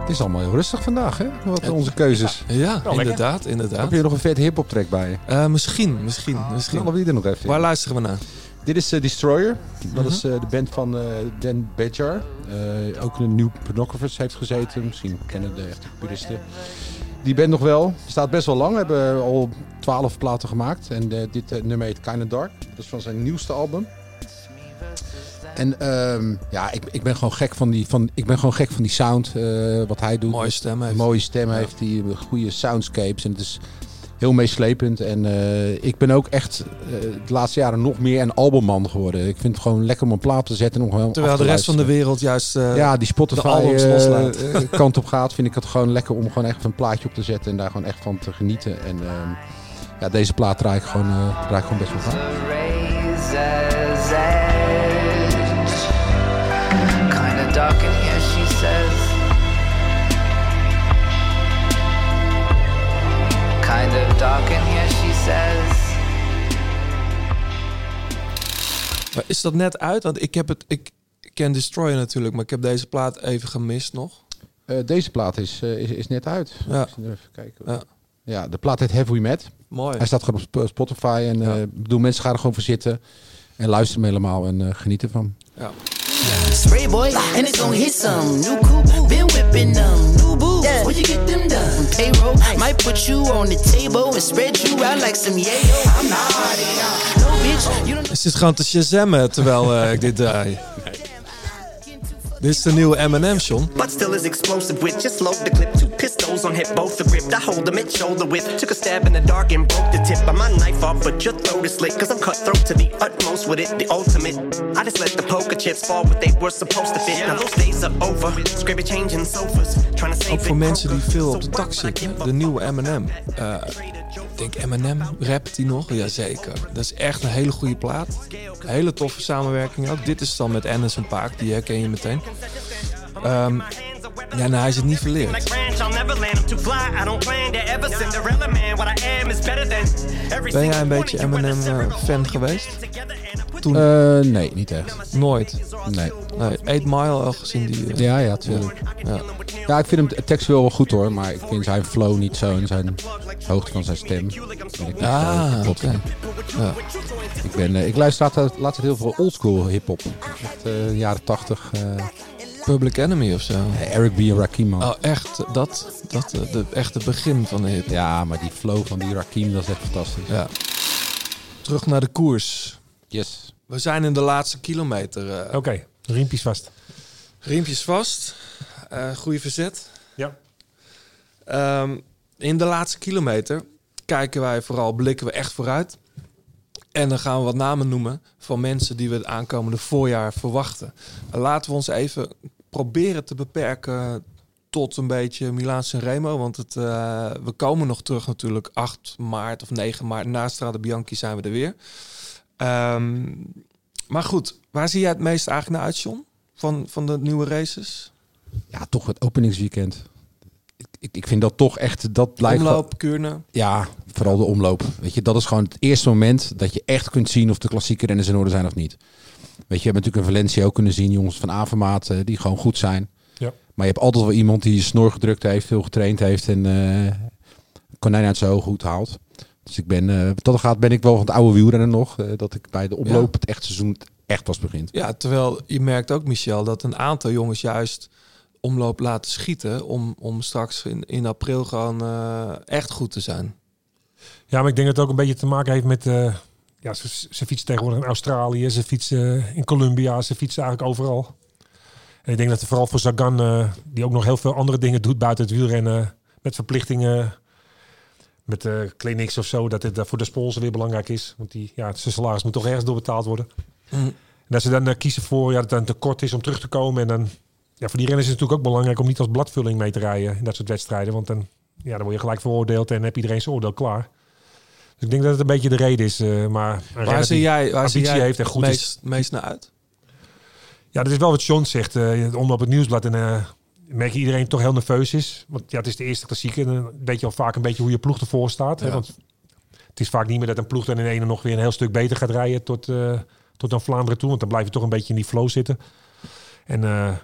A: Het is allemaal heel rustig vandaag, hè? Wat zijn onze keuzes.
B: Ja,
G: lekker.
B: inderdaad, inderdaad.
A: Heb je nog een vet hip-hop track bij je?
B: Eh, misschien, misschien,
A: Knallen
B: misschien.
A: we die er nog even in?
B: Waar luisteren we naar?
A: Dit is eh, Destroyer. Dat is eh, de band van eh, Dan Badger. Eh, ook een nieuw pornographers heeft gezeten. Misschien kennen de echte puristen. Die band nog wel. Staat best wel lang. Hebben al twaalf platen gemaakt. En eh, dit eh, nummer heet Kinda Dark. Dat is van zijn nieuwste album. En ehm, ja, ik, ik, ben gewoon gek van die, van, ik ben gewoon gek van die sound, eh, wat hij doet.
B: Mooie stem heeft.
A: Een mooie stem heeft die goede soundscapes. En het is heel meeslepend. En eh, ik ben ook echt eh, de laatste jaren nog meer een albumman geworden. Ik vind het gewoon lekker om een plaat te zetten. En om gewoon
B: Terwijl
A: af
B: de
A: te
B: rest van de
A: luisteren.
B: wereld juist... eh,
A: Ja, die
B: de
A: Spotify
B: albums
A: eh,
B: loslaat.
A: eh, kant op gaat, vind ik het gewoon lekker om gewoon echt een plaatje op te zetten en daar gewoon echt van te genieten. En ehm, ja, deze plaat draai ik gewoon, eh, draai ik gewoon best wel vaak.
J: The razor's edge. Kinda dark in here, she says. Kind of dark in here, she says.
B: Maar is dat net uit? Want ik heb het... Ik ik ken Destroyer natuurlijk, maar ik heb deze plaat even gemist nog.
A: Eh, deze plaat is, eh, is, is net uit.
B: Ja.
A: Ik zal er even kijken.
B: Ja.
A: Ja. de plaat heet Have We Met.
B: Mooi.
A: Hij staat gewoon op Sp- Spotify. En eh,
B: Ja.
A: ik bedoel, mensen gaan er gewoon voor zitten. En luisteren hem helemaal en eh, genieten van.
B: Ja.
I: Spray boy, and it's gonna hit some. New coupe, been whipping them. New boots, where you get them done? From Payroll, might put you on the table and spread you out like some yayo. I'm not uh, No bitch, you don't.
B: Ze zit gewoon te shazammen terwijl eh, ik dit
I: *laughs*
B: draai. Dit is de nieuwe M&M, John.
I: But still is explosive with just load the clip. Two pistols on hip, both are ripped. I hold them at shoulder width. Took a stab in the dark and broke the tip. But my knife off, but your throat is slit. Cause I'm cutthroat to the utmost with it, the ultimate. I just let the poker chips fall what they were supposed to fit. Now those days are over. Scrape changing sofas. Trying to save
B: Ook voor
I: it.
B: mensen die veel op de dak zitten. De nieuwe M&M. Eh, ik denk M&M, rapt die nog? Jazeker. Dat is echt een hele goede plaat. Hele toffe samenwerking ook. Dit is dan met Anderson Paak, die herken je meteen. Ehm, ja, nou, hij is het niet
I: Like
B: verleerd.
I: ranch, I'll never land. I'm too fly. I don't plan to ever Cinderella man. What I am is better than every
B: Ben jij
I: single
B: een
I: one
B: beetje
I: of you in a
B: M&M, eh,
I: several
B: fan
I: hole.
B: geweest?
I: Together and I put
B: Toen,
A: Eh, nee, niet echt.
B: nooit.
A: Nee.
B: Nee, 8 Mile al gezien die... eh,
A: Ja, ja, tuurlijk.
B: ja.
A: Ja, ik vind hem textueel wel goed hoor. Maar ik vind zijn flow niet zo. En zijn hoogte van zijn stem. vind ik niet zo
B: Ah, oké.
A: kloppen. Ik, ben, eh, ik luister laatst, laatst heel veel oldschool hip-hop. Echt eh, jaren tachtig. eh,
B: Public Enemy of zo.
A: Eric B. en Rakim. man.
B: Oh, echt, dat, dat eh, de, echt het begin van de hip.
A: Ja, maar die flow van die Rakim, dat is echt fantastisch.
B: Ja. Terug naar de koers.
A: Yes.
B: We zijn in de laatste kilometer. eh.
G: Oké, riempjes vast.
B: Riempjes vast. Eh goede verzet.
G: Ja.
B: Ehm, in de laatste kilometer kijken wij vooral, blikken we echt vooruit. En dan gaan we wat namen noemen van mensen die we het aankomende voorjaar verwachten. Eh, Laten we ons even proberen te beperken tot een beetje Milaan Sanremo. Want het, eh, we komen nog terug natuurlijk 8 maart of 9 maart. Na Strade Bianchi zijn we er weer. Ehm, maar goed, waar zie jij het meest eigenlijk naar uit, John? Van, van de nieuwe races?
A: Ja, toch het openingsweekend. Ik, ik, ik vind dat toch echt, dat lijkt wel-
B: Omloop, Kuurne.
A: Ja, vooral de omloop. Weet je, dat is gewoon het eerste moment dat je echt kunt zien of de klassieke renners in orde zijn of niet. Weet je, je hebt natuurlijk in Valencia ook kunnen zien, jongens van Avermaat, eh, die gewoon goed zijn.
G: Ja.
A: Maar je hebt altijd wel iemand die je snor gedrukt heeft, veel getraind heeft en eh konijn uit zijn ogen goed haalt. Dus ik ben, eh wat dat gaat, ben ik wel van het oude wielrennen nog. eh, dat ik bij de omloop het echt seizoen echt pas begint.
B: Ja, terwijl je merkt ook, Michel, dat een aantal jongens juist omloop laten schieten. Om, om straks in, in april gewoon eh, echt goed te zijn.
G: Ja, maar ik denk dat het ook een beetje te maken heeft met... eh, ja, ze, ze fietsen tegenwoordig in Australië, ze fietsen in Colombia, ze fietsen eigenlijk overal. En ik denk dat er vooral voor Sagan, eh, die ook nog heel veel andere dingen doet buiten het wielrennen, met verplichtingen, met eh clinics of zo, dat dit eh, voor de sponsor weer belangrijk is. Want die, ja, zijn salaris moet toch ergens doorbetaald worden.
B: Hm.
G: En dat ze dan eh, kiezen voor ja, dat het een tekort is om terug te komen. En dan, ja, voor die renners is het natuurlijk ook belangrijk om niet als bladvulling mee te rijden in dat soort wedstrijden. Want dan, ja, dan word je gelijk veroordeeld en heb iedereen zijn oordeel klaar. Dus ik denk dat het een beetje de reden is. eh, maar een renner
B: Waar
G: die-
B: zie jij, waar zie
G: ambitie
B: jij
G: heeft en goed
B: het
G: is.
B: meest, meest naar uit?
G: Ja, dat is wel wat John zegt. eh omloop het nieuwsblad. En eh, merk je iedereen toch heel nerveus is. Want ja, het is de eerste klassieker. En dan weet je al vaak een beetje hoe je ploeg ervoor staat. Hè?
B: Ja.
G: Want het is vaak niet meer dat een ploeg dan in ene nog weer een heel stuk beter gaat rijden tot, eh tot aan Vlaanderen toe. Want dan blijf je toch een beetje in die flow zitten. En eh,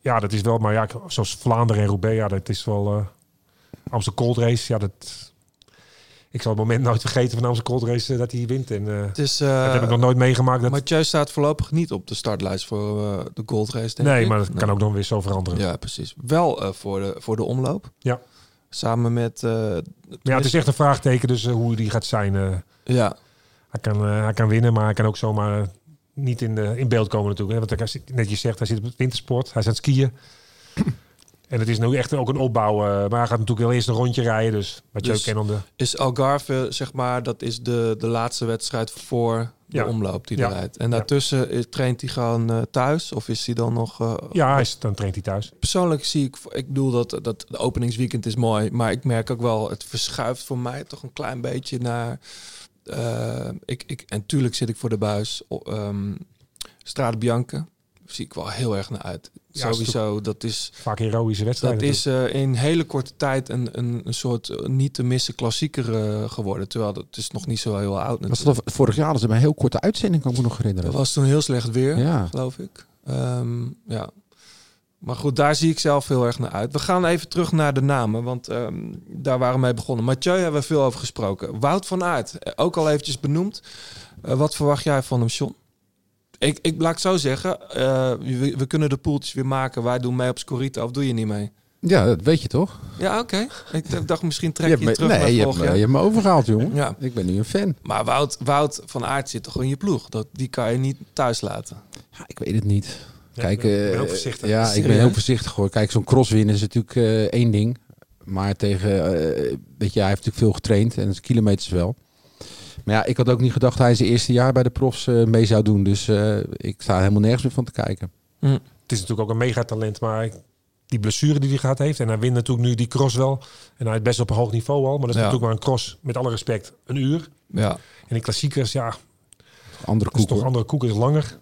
G: ja, dat is wel. Maar ja, zoals Vlaanderen en Roubaix, ja, dat is wel. eh Amsterdam Cold Race, ja, dat. Ik zal het moment nooit vergeten van de Amsterdam Cold Race eh, dat hij wint. En eh,
B: Het is,
G: dat heb ik nog nooit meegemaakt. Dat...
B: Mathieu staat voorlopig niet op de startlijst voor eh, de Gold Race, denk
G: Nee,
B: ik.
G: maar dat kan
B: Nee.
G: ook nog weer zo veranderen.
B: Ja, precies. Wel eh, voor, de, voor de omloop.
G: Ja.
B: Samen met... eh,
G: Maar ja, het is echt een vraagteken dus eh, hoe die gaat zijn. eh.
B: ja,
G: hij, kan, eh, hij kan winnen, maar hij kan ook zomaar eh, niet in, de, in beeld komen natuurlijk. hè, Want hij zit- net je zegt, hij zit op het wintersport, hij is aan het
B: *clears throat*
G: skiën. en het is nu echt ook een opbouw. eh, maar hij gaat natuurlijk wel eerst een rondje rijden. Dus wat je
B: Dus-
G: ook kent om de...
B: Is Algarve, zeg maar, dat is de, de laatste wedstrijd voor de
G: Ja.
B: omloop die
G: Ja.
B: hij rijdt. En daartussen is- traint hij gewoon eh, thuis? Of is hij dan nog... eh,
G: Ja, hij is, dan traint hij thuis.
B: Persoonlijk zie ik... Ik bedoel, dat, dat de openingsweekend is mooi. Maar ik merk ook wel, het verschuift voor mij toch een klein beetje naar... eh, ik, ik, en tuurlijk zit ik voor de buis. o- ehm Strade Bianca. Zie ik wel heel erg naar uit.
G: Ja, is
B: Sowieso, dat is...
G: Vaak heroïsche wedstrijden.
B: Dat is eh, in hele korte tijd een, een, een soort eh, niet te missen klassieker eh, geworden. Terwijl dat is nog niet zo heel oud
A: Was
B: natuurlijk.
A: dat, vorig jaar hadden ze bij een heel korte uitzending, kan ik me nog
B: Dat
A: herinneren.
B: was toen heel slecht weer,
A: Ja.
B: geloof ik. Ehm, ja. Maar goed, daar zie ik zelf heel erg naar uit. We gaan even terug naar de namen, want ehm, daar waren we mee begonnen. Mathieu hebben we veel over gesproken. Wout van Aert, eh, ook al eventjes benoemd. Eh, wat verwacht jij van hem, John? Ik, ik laat het zo zeggen, eh, we, we kunnen de poeltjes weer maken. Wij doen mee op Scorito, of doe je niet mee?
A: Ja, dat weet je toch?
B: Ja, oké. Ik d- dacht misschien
A: je
B: trek
A: hebt
B: je, het
A: me,
B: terug naar
A: nee, je hebt,
B: vorig
A: me,
B: jaar.
A: je hebt me overgehaald, jongen.
B: Ja.
A: Ik ben nu een fan.
B: Maar Wout, Wout van Aert zit toch in je ploeg? Dat, die kan je niet thuis laten.
A: Ja, ik weet het niet. Kijk,
G: ik ben- ik ben
A: eh,
G: ook voorzichtig.
A: Ja, ik ben
B: Serieus?
A: heel voorzichtig hoor. Kijk, zo'n cross winnen is natuurlijk eh, één ding. Maar tegen, eh, weet je, hij heeft natuurlijk veel getraind en zijn kilometers wel. Maar ja, ik had ook niet gedacht dat hij zijn eerste jaar bij de profs eh, mee zou doen. Dus eh, ik sta er helemaal nergens meer van te kijken.
G: Het is natuurlijk ook een megatalent, maar ik- die blessure die hij gehad heeft. En hij wint natuurlijk nu die cross wel. En hij is best op een hoog niveau al. Maar dat is
B: Ja.
G: natuurlijk maar een cross, met alle respect, een uur.
B: Ja.
G: En die klassiekers, ja,
A: Andere
G: dat is
A: koek.
G: toch
A: hoor.
G: andere koek, is langer.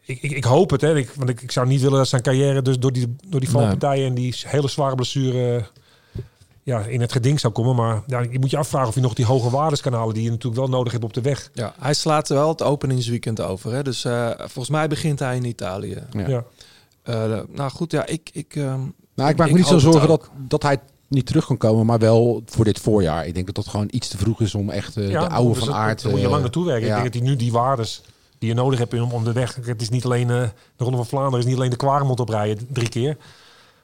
G: Ik, ik, ik hoop het, hè. Ik, want ik, ik zou niet willen dat zijn carrière dus door die, door die valpartijen... en die hele zware blessure eh, ja, in het geding zou komen. Maar ja, je moet je afvragen of je nog die hoge waardes kan halen... die je natuurlijk wel nodig hebt op de weg.
B: Ja, hij slaat wel het openingsweekend over. Hè? Dus eh, volgens mij begint hij in Italië.
A: Ja.
G: Ja.
B: Eh, nou goed, ja, ik... ik ehm,
A: Nou, ik maak
B: Ik
A: me niet zo
B: hoop het
A: zorgen
B: ook.
A: dat, dat hij niet terug kan komen, maar wel voor dit voorjaar. Ik denk dat dat gewoon iets te vroeg is om echt eh, de oude
G: dus
A: van
G: dat-
A: aard...
G: Daar moet je
A: eh,
G: lang naartoe
A: ja.
G: werken. Ik denk dat hij nu die waardes die je nodig hebt om, om de weg... Het is niet alleen eh, de Ronde van Vlaanderen, is niet alleen de Kwaremond oprijden drie keer...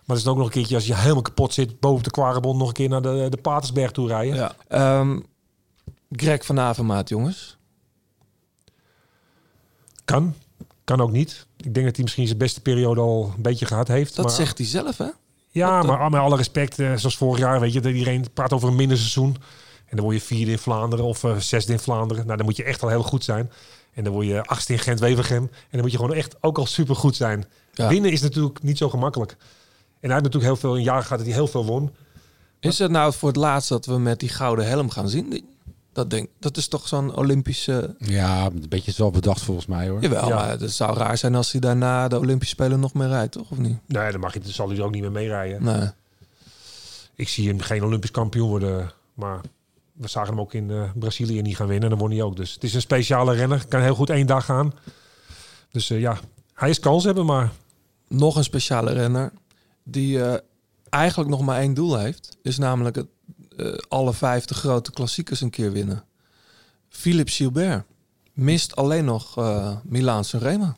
G: Maar het is dan ook nog een keertje, als je helemaal kapot zit, boven op de Kwaremond nog een keer naar de, de Patersberg toe rijden.
B: ja. Ehm, Greg van Avermaat, jongens.
G: Kan. Kan ook niet. Ik denk dat hij misschien zijn beste periode al een beetje gehad heeft.
B: Dat
G: maar,
B: zegt hij zelf, hè?
G: Ja,
B: dat-
G: maar met alle respect, eh, zoals vorig jaar, weet je, dat iedereen praat over een minder seizoen. En dan word je vierde in Vlaanderen of eh, zesde in Vlaanderen. Nou, dan moet je echt al heel goed zijn. En dan word je achtste in Gent-Wevergem. En dan moet je gewoon echt ook al supergoed zijn.
B: Ja.
G: Winnen is natuurlijk niet zo gemakkelijk. En hij heeft natuurlijk heel veel, een jaar gehad dat hij heel veel won.
B: Is het nou voor het laatst dat we met die gouden helm gaan zien? Die- Dat, denk, dat is toch zo'n Olympische...
A: Ja, een beetje zelf bedacht volgens mij hoor.
B: Jawel,
G: Ja.
B: maar het zou raar zijn als hij daarna de Olympische Spelen nog meer rijdt, toch? Of niet?
G: Nee, dan mag je, dan zal hij er ook niet meer mee rijden.
B: Nee.
G: Ik zie hem geen Olympisch kampioen worden. Maar we zagen hem ook in eh, Brazilië niet gaan winnen. En dan won hij ook. Dus het is een speciale renner. Kan heel goed één dag gaan. Dus eh, ja, hij is kans hebben. Maar
B: nog een speciale renner die eh, eigenlijk nog maar één doel heeft. Is namelijk het, eh, alle vijf de grote klassiekers een keer winnen. Philippe Gilbert mist alleen nog eh Milaan Sanremo.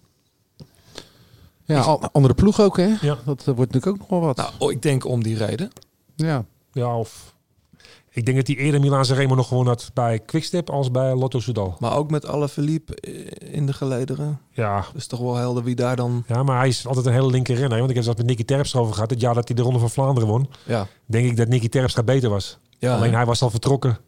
A: Ja, al- andere ploeg ook hè.
G: Ja.
A: Dat eh, wordt natuurlijk ook nog wel wat.
B: Nou, oh, ik denk om die reden.
A: Ja.
G: ja, of... Ik denk dat hij eerder Milan Remo nog gewonnen had bij Quickstep als bij Lotto Soudal.
B: Maar ook met alle Philippe eh, in de gelederen.
G: Ja.
B: Dus toch wel helder wie daar dan...
G: ja, maar hij is altijd een hele linker renner. hè. Want ik heb het met Nicky Terpstra over gehad. Het jaar dat hij de Ronde van Vlaanderen won.
B: Ja,
G: Denk ik dat Nicky Terpstra beter was.
B: ja,
G: Alleen hij was al vertrokken.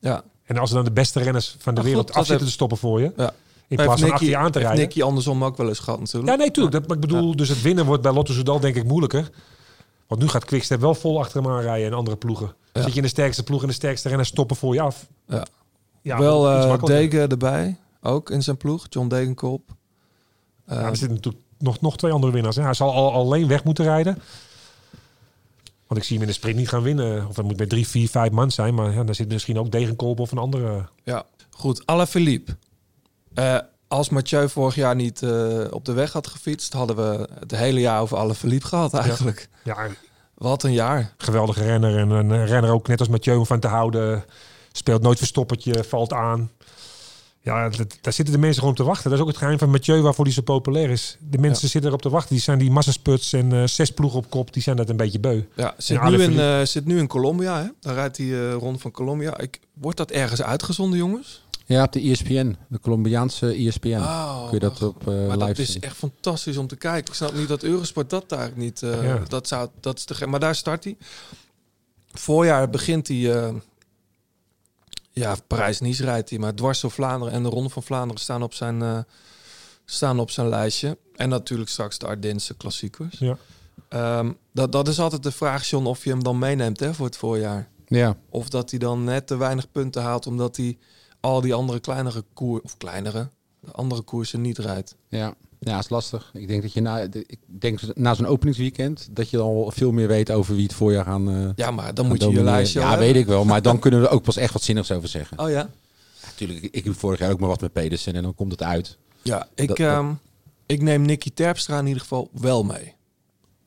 B: ja.
G: En als er dan de beste renners van de
B: Maar
G: wereld
B: goed, dat
G: af zitten
B: heeft-
G: te stoppen voor je.
B: Ja.
G: In plaats van
B: Heeft
G: achter je aan te
B: heeft
G: rijden.
B: Nicky andersom ook wel eens gehad natuurlijk.
G: Ja, nee, tuurlijk. Dat, maar ik bedoel, dus het winnen wordt bij Lotto Soudal denk ik moeilijker. Want nu gaat Quickstep wel vol achter hem aanrijden en andere ploegen.
B: Ja.
G: Zit je in de sterkste ploeg en de sterkste renners stoppen voor je af.
B: Ja.
G: Ja,
B: wel
G: iets
B: eh
G: makkelijker.
B: Degen erbij, ook in zijn ploeg. John Degenkolb. Eh,
G: Ja, er zitten natuurlijk nog, nog twee andere winnaars. Hè. Hij zal al, alleen weg moeten rijden. Want ik zie hem in de sprint niet gaan winnen. Of het moet met drie, vier, vijf man zijn. Maar ja, daar zit misschien ook Degenkolb of een andere.
B: Ja, goed. Alaphilippe. Eh als Mathieu vorig jaar niet eh, op de weg had gefietst, hadden we het hele jaar over Alaphilippe gehad eigenlijk.
G: Ja,
B: Wat een jaar.
G: geweldige renner. En een renner ook net als Mathieu om van te houden. Speelt nooit verstoppertje, valt aan. Ja, dat- daar zitten de mensen gewoon op te wachten. Dat is ook het geheim van Mathieu waarvoor hij zo populair is. De mensen zitten erop te wachten. Die zijn die massasputs en eh, zes ploegen op kop. Die zijn dat een beetje beu.
B: Ja, zit,
G: En
B: nu in,
G: Alaphilippe-
B: eh, zit nu in Colombia, hè? Daar rijdt hij eh rond van Colombia. Ik, wordt dat ergens uitgezonden, jongens?
A: Ja, op de E ESPN, de Colombiaanse E ESPN.
B: Oh,
A: Kun je dat op eh,
B: maar dat
A: live
B: is
A: zien?
B: echt fantastisch om te kijken. Ik snap niet dat Eurosport dat daar niet... eh,
G: Ja.
B: dat, zou, dat is te gek. Maar daar start hij. Voorjaar begint hij... eh, ja, Parijs-Nice rijdt hij. Maar dwars door Vlaanderen en de Ronde van Vlaanderen staan op zijn, eh, staan op zijn lijstje. En natuurlijk straks de Ardense klassiekers.
G: Ja.
B: Ehm, dat, dat is altijd de vraag, John, of je hem dan meeneemt hè, voor het voorjaar.
A: Ja,
B: Of dat hij dan net te weinig punten haalt omdat hij al die andere kleinere koer of kleinere, de andere koersen niet rijdt.
A: ja. Ja, is lastig. Ik denk dat je na, de- ik denk dat na zo'n openingsweekend dat je dan al veel meer weet over wie het voorjaar gaan. eh,
B: Ja, maar dan
A: gaan
B: moet je je
A: domineren.
B: lijstje.
A: Ja,
B: al
A: weet
B: hebben.
A: ik wel. Maar dan *laughs* kunnen we er ook pas echt wat zinnigs over zeggen.
B: Oh ja.
A: Natuurlijk, ik, ik doe vorig jaar ook maar wat met Pedersen en dan komt het uit.
B: Ja, ik,
A: Dat- dat-
B: ehm, ik neem Nicky Terpstra in ieder geval wel mee.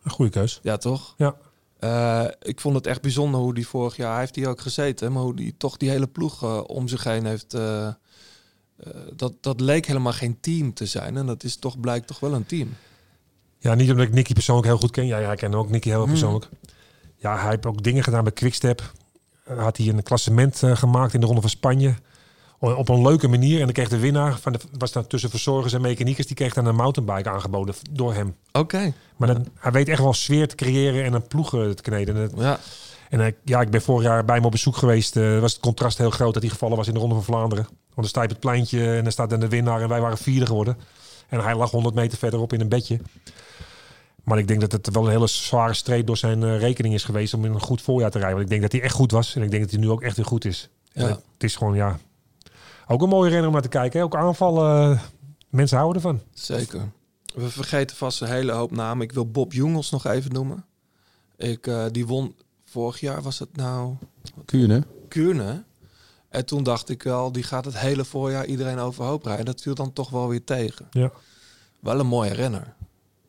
G: Een goede keus.
B: Ja, toch?
G: Ja.
B: Eh, ik vond het echt bijzonder hoe die vorig jaar, hij heeft hier ook gezeten, maar hoe die toch die hele ploeg eh, om zich heen heeft. eh, eh, dat, dat leek helemaal geen team te zijn. En dat is toch, blijkt toch wel een team.
G: Ja, niet omdat ik Nicky persoonlijk heel goed ken. Ja, ja ik ken ook Nicky heel persoonlijk. Ja, hij heeft ook dingen gedaan bij Quickstep. Eh, Had hij een klassement eh, gemaakt in de Ronde van Spanje. O- Op een leuke manier. En dan kreeg de winnaar, van de, was dan tussen verzorgers en mechaniekers, die kreeg dan een mountainbike aangeboden v- door hem.
B: Oké.
G: Maar dan, hij weet echt wel sfeer te creëren en een ploeg eh, te kneden. En, het-
B: Ja.
G: en eh, ja, ik ben vorig jaar bij hem op bezoek geweest. eh, was het contrast heel groot dat hij gevallen was in de Ronde van Vlaanderen. Want dan sta je op het pleintje en dan staat dan de winnaar en wij waren vierde geworden. En hij lag 100 meter verderop in een bedje. Maar ik denk dat het wel een hele zware streep door zijn eh, rekening is geweest om in een goed voorjaar te rijden. Want ik denk dat hij echt goed was en ik denk dat hij nu ook echt weer goed is. En
B: Ja.
G: het, het is gewoon, ja, ook een mooie renner om naar te kijken. hè. Ook aanvallen, eh, mensen houden ervan.
B: Zeker. We vergeten vast een hele hoop namen. Ik wil Bob Jungels nog even noemen. Ik, eh, die won vorig jaar, was het nou
A: Kuurne.
B: Kuurne? En toen dacht ik wel, die gaat het hele voorjaar iedereen overhoop rijden. Dat viel dan toch wel weer tegen.
G: Ja.
B: Wel een mooie renner.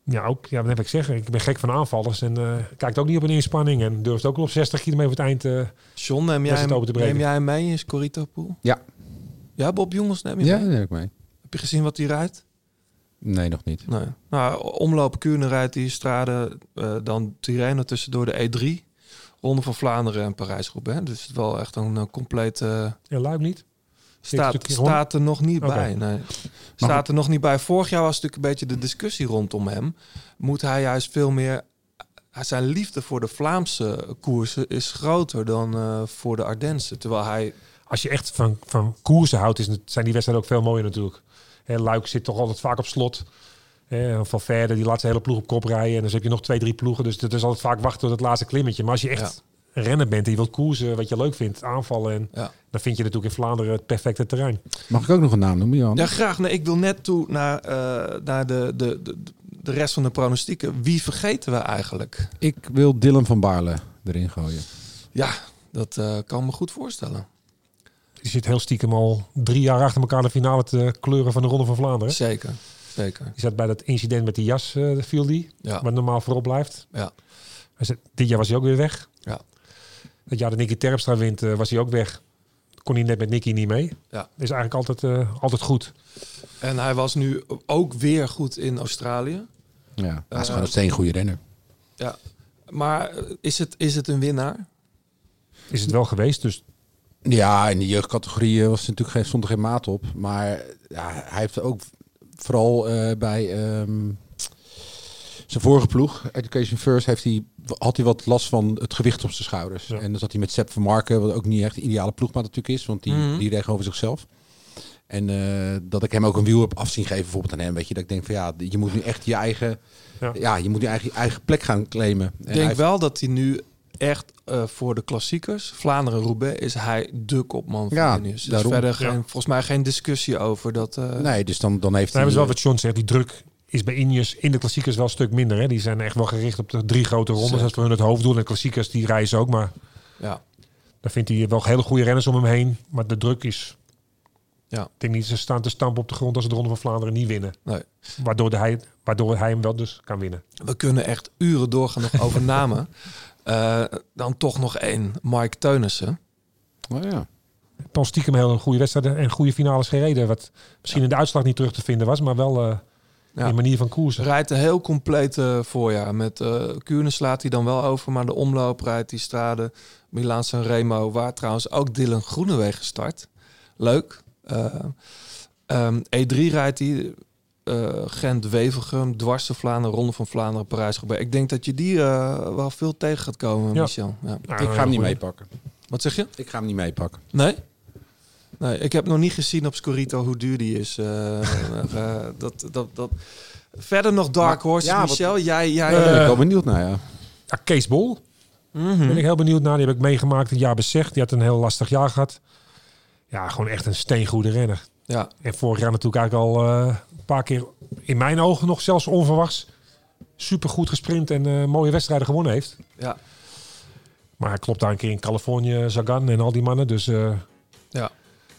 G: Ja, ook. Ja, dat heb ik zeggen. Ik ben gek van aanvallers en eh, kijkt ook niet op een inspanning. En durft ook wel op 60 kilometer voor het eind. eh,
B: John, neem
G: Was
B: jij,
G: het
B: hem,
G: open te breken?
B: neem jij hem mee in Scorito Pool?
A: Ja.
B: Ja, Bob Jongels neem je
A: Ja,
B: mee?
A: dat neem ik mee.
B: Heb je gezien wat hij rijdt?
A: Nee, nog niet.
B: Nee. Nou, omloop Kuurne rijdt die strade, eh, dan Tirreno tussendoor de E3. Ronde van Vlaanderen en Parijs-Roubaix. Dus het is wel echt een eh, complete... eh,
G: ja, Luik niet.
B: Staat,
G: stukje rond?
B: staat er nog niet
G: Oké.
B: bij. Nee. Staat er nog niet bij. Vorig jaar was natuurlijk een beetje de discussie rondom hem. Moet hij juist veel meer. Zijn liefde voor de Vlaamse koersen is groter dan eh, voor de Ardense. Terwijl hij.
G: Als je echt van, van koersen houdt, is, het- zijn die wedstrijden ook veel mooier natuurlijk. Hè, Luik zit toch altijd vaak op slot. Hè, van verder, die laat zijn hele ploeg op kop rijden. En dan heb je nog twee, drie ploegen. Dus dat is altijd vaak wachten tot het laatste klimmetje. Maar als je echt een renner bent en je wilt koersen, wat je leuk vindt, aanvallen. En
B: Ja.
G: dan vind je natuurlijk in Vlaanderen het perfecte terrein.
A: Mag ik ook nog een naam noemen, Johan?
B: Ja, graag. Nee, ik wil net toe naar, eh, naar de, de, de, de rest van de pronostieken. Wie vergeten we eigenlijk?
A: Ik wil Dylan van Baarle erin gooien.
B: Ja, dat eh, kan me goed voorstellen.
G: Je zit heel stiekem al drie jaar achter elkaar de finale te kleuren van de Ronde van Vlaanderen.
B: Zeker. Zeker.
G: Die zat bij dat incident met die jas, eh viel die.
B: Ja.
G: Wat normaal voorop blijft.
B: Ja.
G: Hij zit- dit jaar was hij ook weer weg.
B: Ja.
G: Dat jaar dat Nicky Terpstra wint, eh, was hij ook weg. Kon hij net met Nicky niet mee.
B: Ja.
G: Is eigenlijk altijd, eh, altijd goed.
B: En hij was nu ook weer goed in Australië.
A: Ja, hij is
B: Eh,
A: gewoon een steengoede renner.
B: Ja, maar eh, is het, is het een winnaar?
G: Is het wel geweest. Dus
A: Ja, in de jeugdcategorie eh, was er natuurlijk geen, stond er geen maat op. Maar ja, hij heeft ook vooral eh, bij ehm, zijn vorige ploeg, Education First, heeft hij, had hij wat last van het gewicht op zijn schouders.
G: Ja.
A: En dan zat hij met Sepp van Marken, wat ook niet echt de ideale ploegmaat natuurlijk is, want die,
B: Mhm.
A: die reed over zichzelf. En eh, dat ik hem ook een wiel heb afzien geven, bijvoorbeeld aan hem. Weet je, dat ik denk van ja, je moet nu echt je eigen,
G: Ja.
A: ja. je moet je eigen, eigen plek gaan claimen. En
B: Ik
A: hij
B: denk wel dat hij nu echt eh, voor de klassiekers, Vlaanderen-Roubaix, is hij de kopman van
A: Ja,
B: Ineos. Dus
A: daarom.
B: verder geen, volgens mij geen discussie over dat. eh,
A: Nee, dus dan, dan heeft
G: daar hebben ze
A: hij...
G: wel wat John zegt. Die druk is bij Ineos in de klassiekers wel een stuk minder. Hè? Die zijn echt wel gericht op de drie grote rondes.
B: Zeker.
G: Dat is voor hun het hoofddoel. En de klassiekers die rijden ze ook. Maar
B: Ja,
G: dan vindt hij wel hele goede renners om hem heen. Maar de druk is...
B: Ja.
G: Ik denk niet, ze staan te stampen op de grond als ze de Ronde van Vlaanderen niet winnen.
B: nee.
G: Waardoor, de hij, waardoor hij hem wel dus kan winnen.
B: We kunnen echt uren doorgaan nog
A: *laughs*
B: over namen. Eh, dan toch nog één, Mark Teunissen.
A: Oh ja.
G: Paul stiekem heel goede wedstrijden en goede finales gereden. Wat misschien in de uitslag niet terug te vinden was, maar wel eh,
B: Ja.
G: in manier van koersen.
B: Rijdt een heel compleet eh, voorjaar. Met eh Kuurne slaat hij dan wel over, maar de omloop rijdt die strade. Milaan San Remo, waar trouwens ook Dylan Groenewegen start. Leuk. Eh, Eh, ehm, E3 rijdt hij. eh, Gent, Wevelgem, dwars de Vlaanderen, Ronde van Vlaanderen, Parijs roubaix Ik denk dat je die eh, wel veel tegen gaat komen,
G: Ja.
B: Michel. Ja.
G: Nou,
A: Ik ga hem
G: heel
A: niet
G: goed.
A: meepakken.
B: Wat zeg je?
A: Ik ga hem niet meepakken.
B: Nee? Nee, ik heb nog niet gezien op Scorito hoe duur die is. Eh, *laughs* eh, dat, dat, dat. Verder nog Dark
A: Maar-
B: Horse,
A: ja, wat-
B: Michel. Jij, jij,
A: Daar ben ik
G: Eh.
A: wel benieuwd naar, ja.
G: Ja, Ah, Kees Bol.
A: Mhm.
G: Ben ik heel benieuwd naar. Die heb ik meegemaakt een jaar beseft. Die had een heel lastig jaar gehad. Ja, gewoon echt een steengoede renner.
B: ja.
G: En vorig jaar natuurlijk eigenlijk al eh, een paar keer in mijn ogen nog zelfs onverwachts. Super goed gesprint en eh, mooie wedstrijden gewonnen heeft.
B: Ja.
G: Maar hij klopt daar een keer in Californië, Sagan en al die mannen. Dus eh,
B: Ja.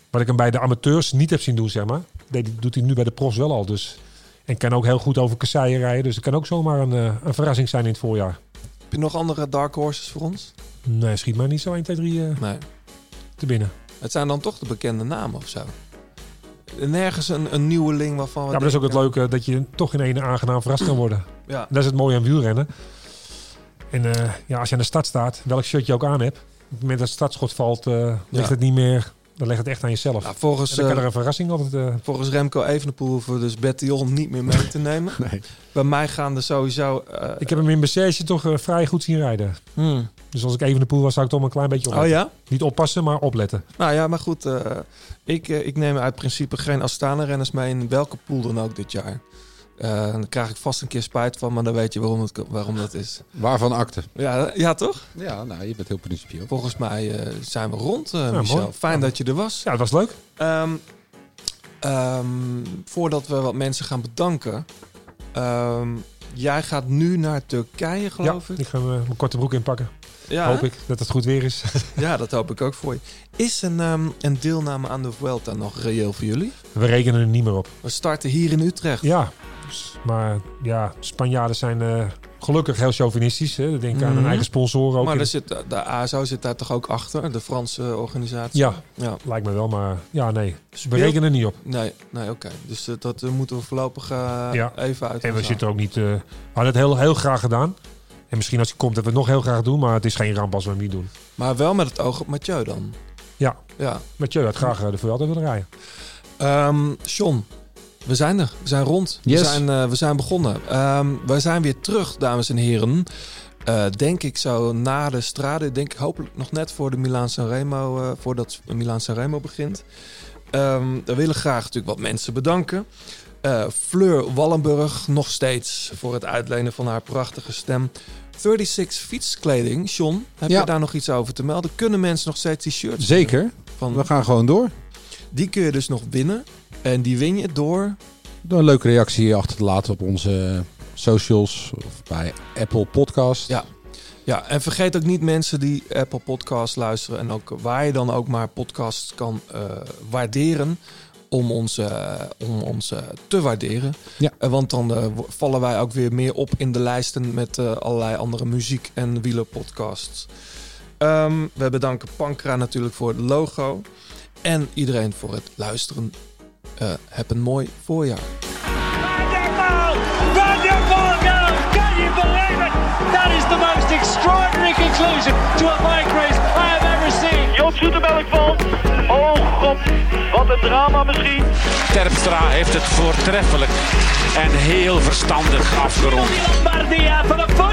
G: wat ik hem bij de amateurs niet heb zien doen, zeg maar. deed- doet hij nu bij de profs wel al. Dus. En kan ook heel goed over kasseien rijden. Dus het kan ook zomaar een, eh, een verrassing zijn in het voorjaar.
B: Heb je nog andere Dark Horses voor ons?
G: Nee, schiet mij niet zo 1, 2, 3 eh,
B: Nee.
G: te binnen.
B: Het zijn dan toch de bekende namen of zo. Nergens een, een nieuweling waarvan we
G: Ja, maar dat is ook het
B: denken-
G: leuke dat je toch in één aangenaam verrast kan worden.
B: Ja.
G: Dat is het mooie aan wielrennen. En eh, ja, als je aan de stad staat, welk shirt je ook aan hebt, op het moment dat het startschot valt, eh, ligt
B: Ja.
G: het niet meer. Dan ligt het echt aan jezelf.
B: Nou,
G: en
B: volgens,
G: dan kan
B: eh,
G: er een verrassing altijd. eh,
B: volgens Remco Evenepoel hoeven we dus Bettion niet meer mee te
G: *laughs*
B: nemen.
A: *laughs* Nee.
B: Bij mij gaan er sowieso... eh,
G: ik heb hem in Bessage toch eh, vrij goed zien rijden.
B: hmm.
G: Dus als ik even de poel was, zou ik toch maar een klein beetje
B: Oh
G: opletten.
B: ja?
G: Niet oppassen, maar opletten.
B: Nou ja, maar goed. eh, ik, eh, ik neem uit principe geen Astana-renners mee in welke pool dan ook dit jaar. Eh daar krijg ik vast een keer spijt van, maar dan weet je waarom, het, waarom dat is.
A: Waarvan akte?
B: Ja, ja toch?
A: Ja, nou, je bent heel principieel.
B: Volgens mij eh, zijn we rond, eh,
G: Ja,
B: Michel.
G: mooi.
B: Fijn dat je er was.
G: Ja, dat was leuk.
B: Ehm, ehm, voordat we wat mensen gaan bedanken. ehm, jij gaat nu naar Turkije, geloof
G: ja,
B: ik.
G: ik ga eh, mijn mijn korte broek inpakken.
B: Ja,
G: Hoop
B: hè?
G: ik dat het goed weer is. *laughs*
B: ja, dat hoop ik ook voor je. Is een, ehm, een deelname aan de Vuelta nog reëel voor jullie?
G: We rekenen er niet meer op.
B: We starten hier in Utrecht.
G: Ja,
B: Dus-
G: s- maar ja, Spanjaarden zijn eh, gelukkig heel chauvinistisch. Hè. Denk aan
B: Mhm.
G: hun eigen sponsoren ook.
B: maar
G: in-
B: er zit, eh, de ASO zit daar toch ook achter, de Franse organisatie?
G: Ja,
B: Ja.
G: lijkt me wel, maar ja, nee. Dus We
B: Speelt-
G: rekenen er niet op.
B: Nee, nee oké. Dus eh, dat eh, moeten we voorlopig eh,
G: Ja.
B: even uit.
G: En we zitten ook niet... eh, we hadden het heel, heel graag gedaan. En misschien als hij komt dat we het nog heel graag doen. Maar het is geen ramp als we hem niet doen.
B: Maar wel met het oog op Mathieu dan.
G: Ja.
B: Ja.
G: Met je had graag eh, de Vuelta willen rijden.
B: Ehm John, we zijn er. We zijn rond.
A: Yes.
B: We, zijn, eh, we zijn begonnen. Ehm, we zijn weer terug, dames en heren. Eh, denk ik zo na de strade. Denk ik hopelijk nog net voor de Milaan Sanremo. eh, voordat Milaan Sanremo begint. Ehm we willen graag natuurlijk wat mensen bedanken. Eh, Fleur Wallenburg nog steeds voor het uitlenen van haar prachtige stem. 36 fietskleding. John, heb
A: Ja.
B: je daar nog iets over te melden? Kunnen mensen nog steeds die shirts
A: Zeker.
B: van
A: We gaan gewoon door.
B: die kun je dus nog winnen. En die win je door.
A: Door een leuke reactie hier achter te laten op onze eh, socials of bij Apple Podcast.
B: Ja. Ja, en vergeet ook niet mensen die Apple Podcasts luisteren. En ook waar je dan ook maar podcasts kan eh, waarderen. Om ons, eh, om ons eh, te waarderen.
A: Ja.
B: Eh, want dan eh, wo- vallen wij ook weer meer op in de lijsten met eh, allerlei andere muziek- en wielerpodcasts. Ehm we bedanken Pankra natuurlijk voor het logo. En iedereen voor het luisteren. Eh, heb een mooi voorjaar.
I: Wonderful! Wonderful goal! Can you believe it? That is the most extraordinary conclusion to a bike race I have ever seen. Joop Zoetemelk valt. Oh god, wat een drama misschien.
K: Terpstra heeft het voortreffelijk en heel verstandig afgerond.
I: Bardia van de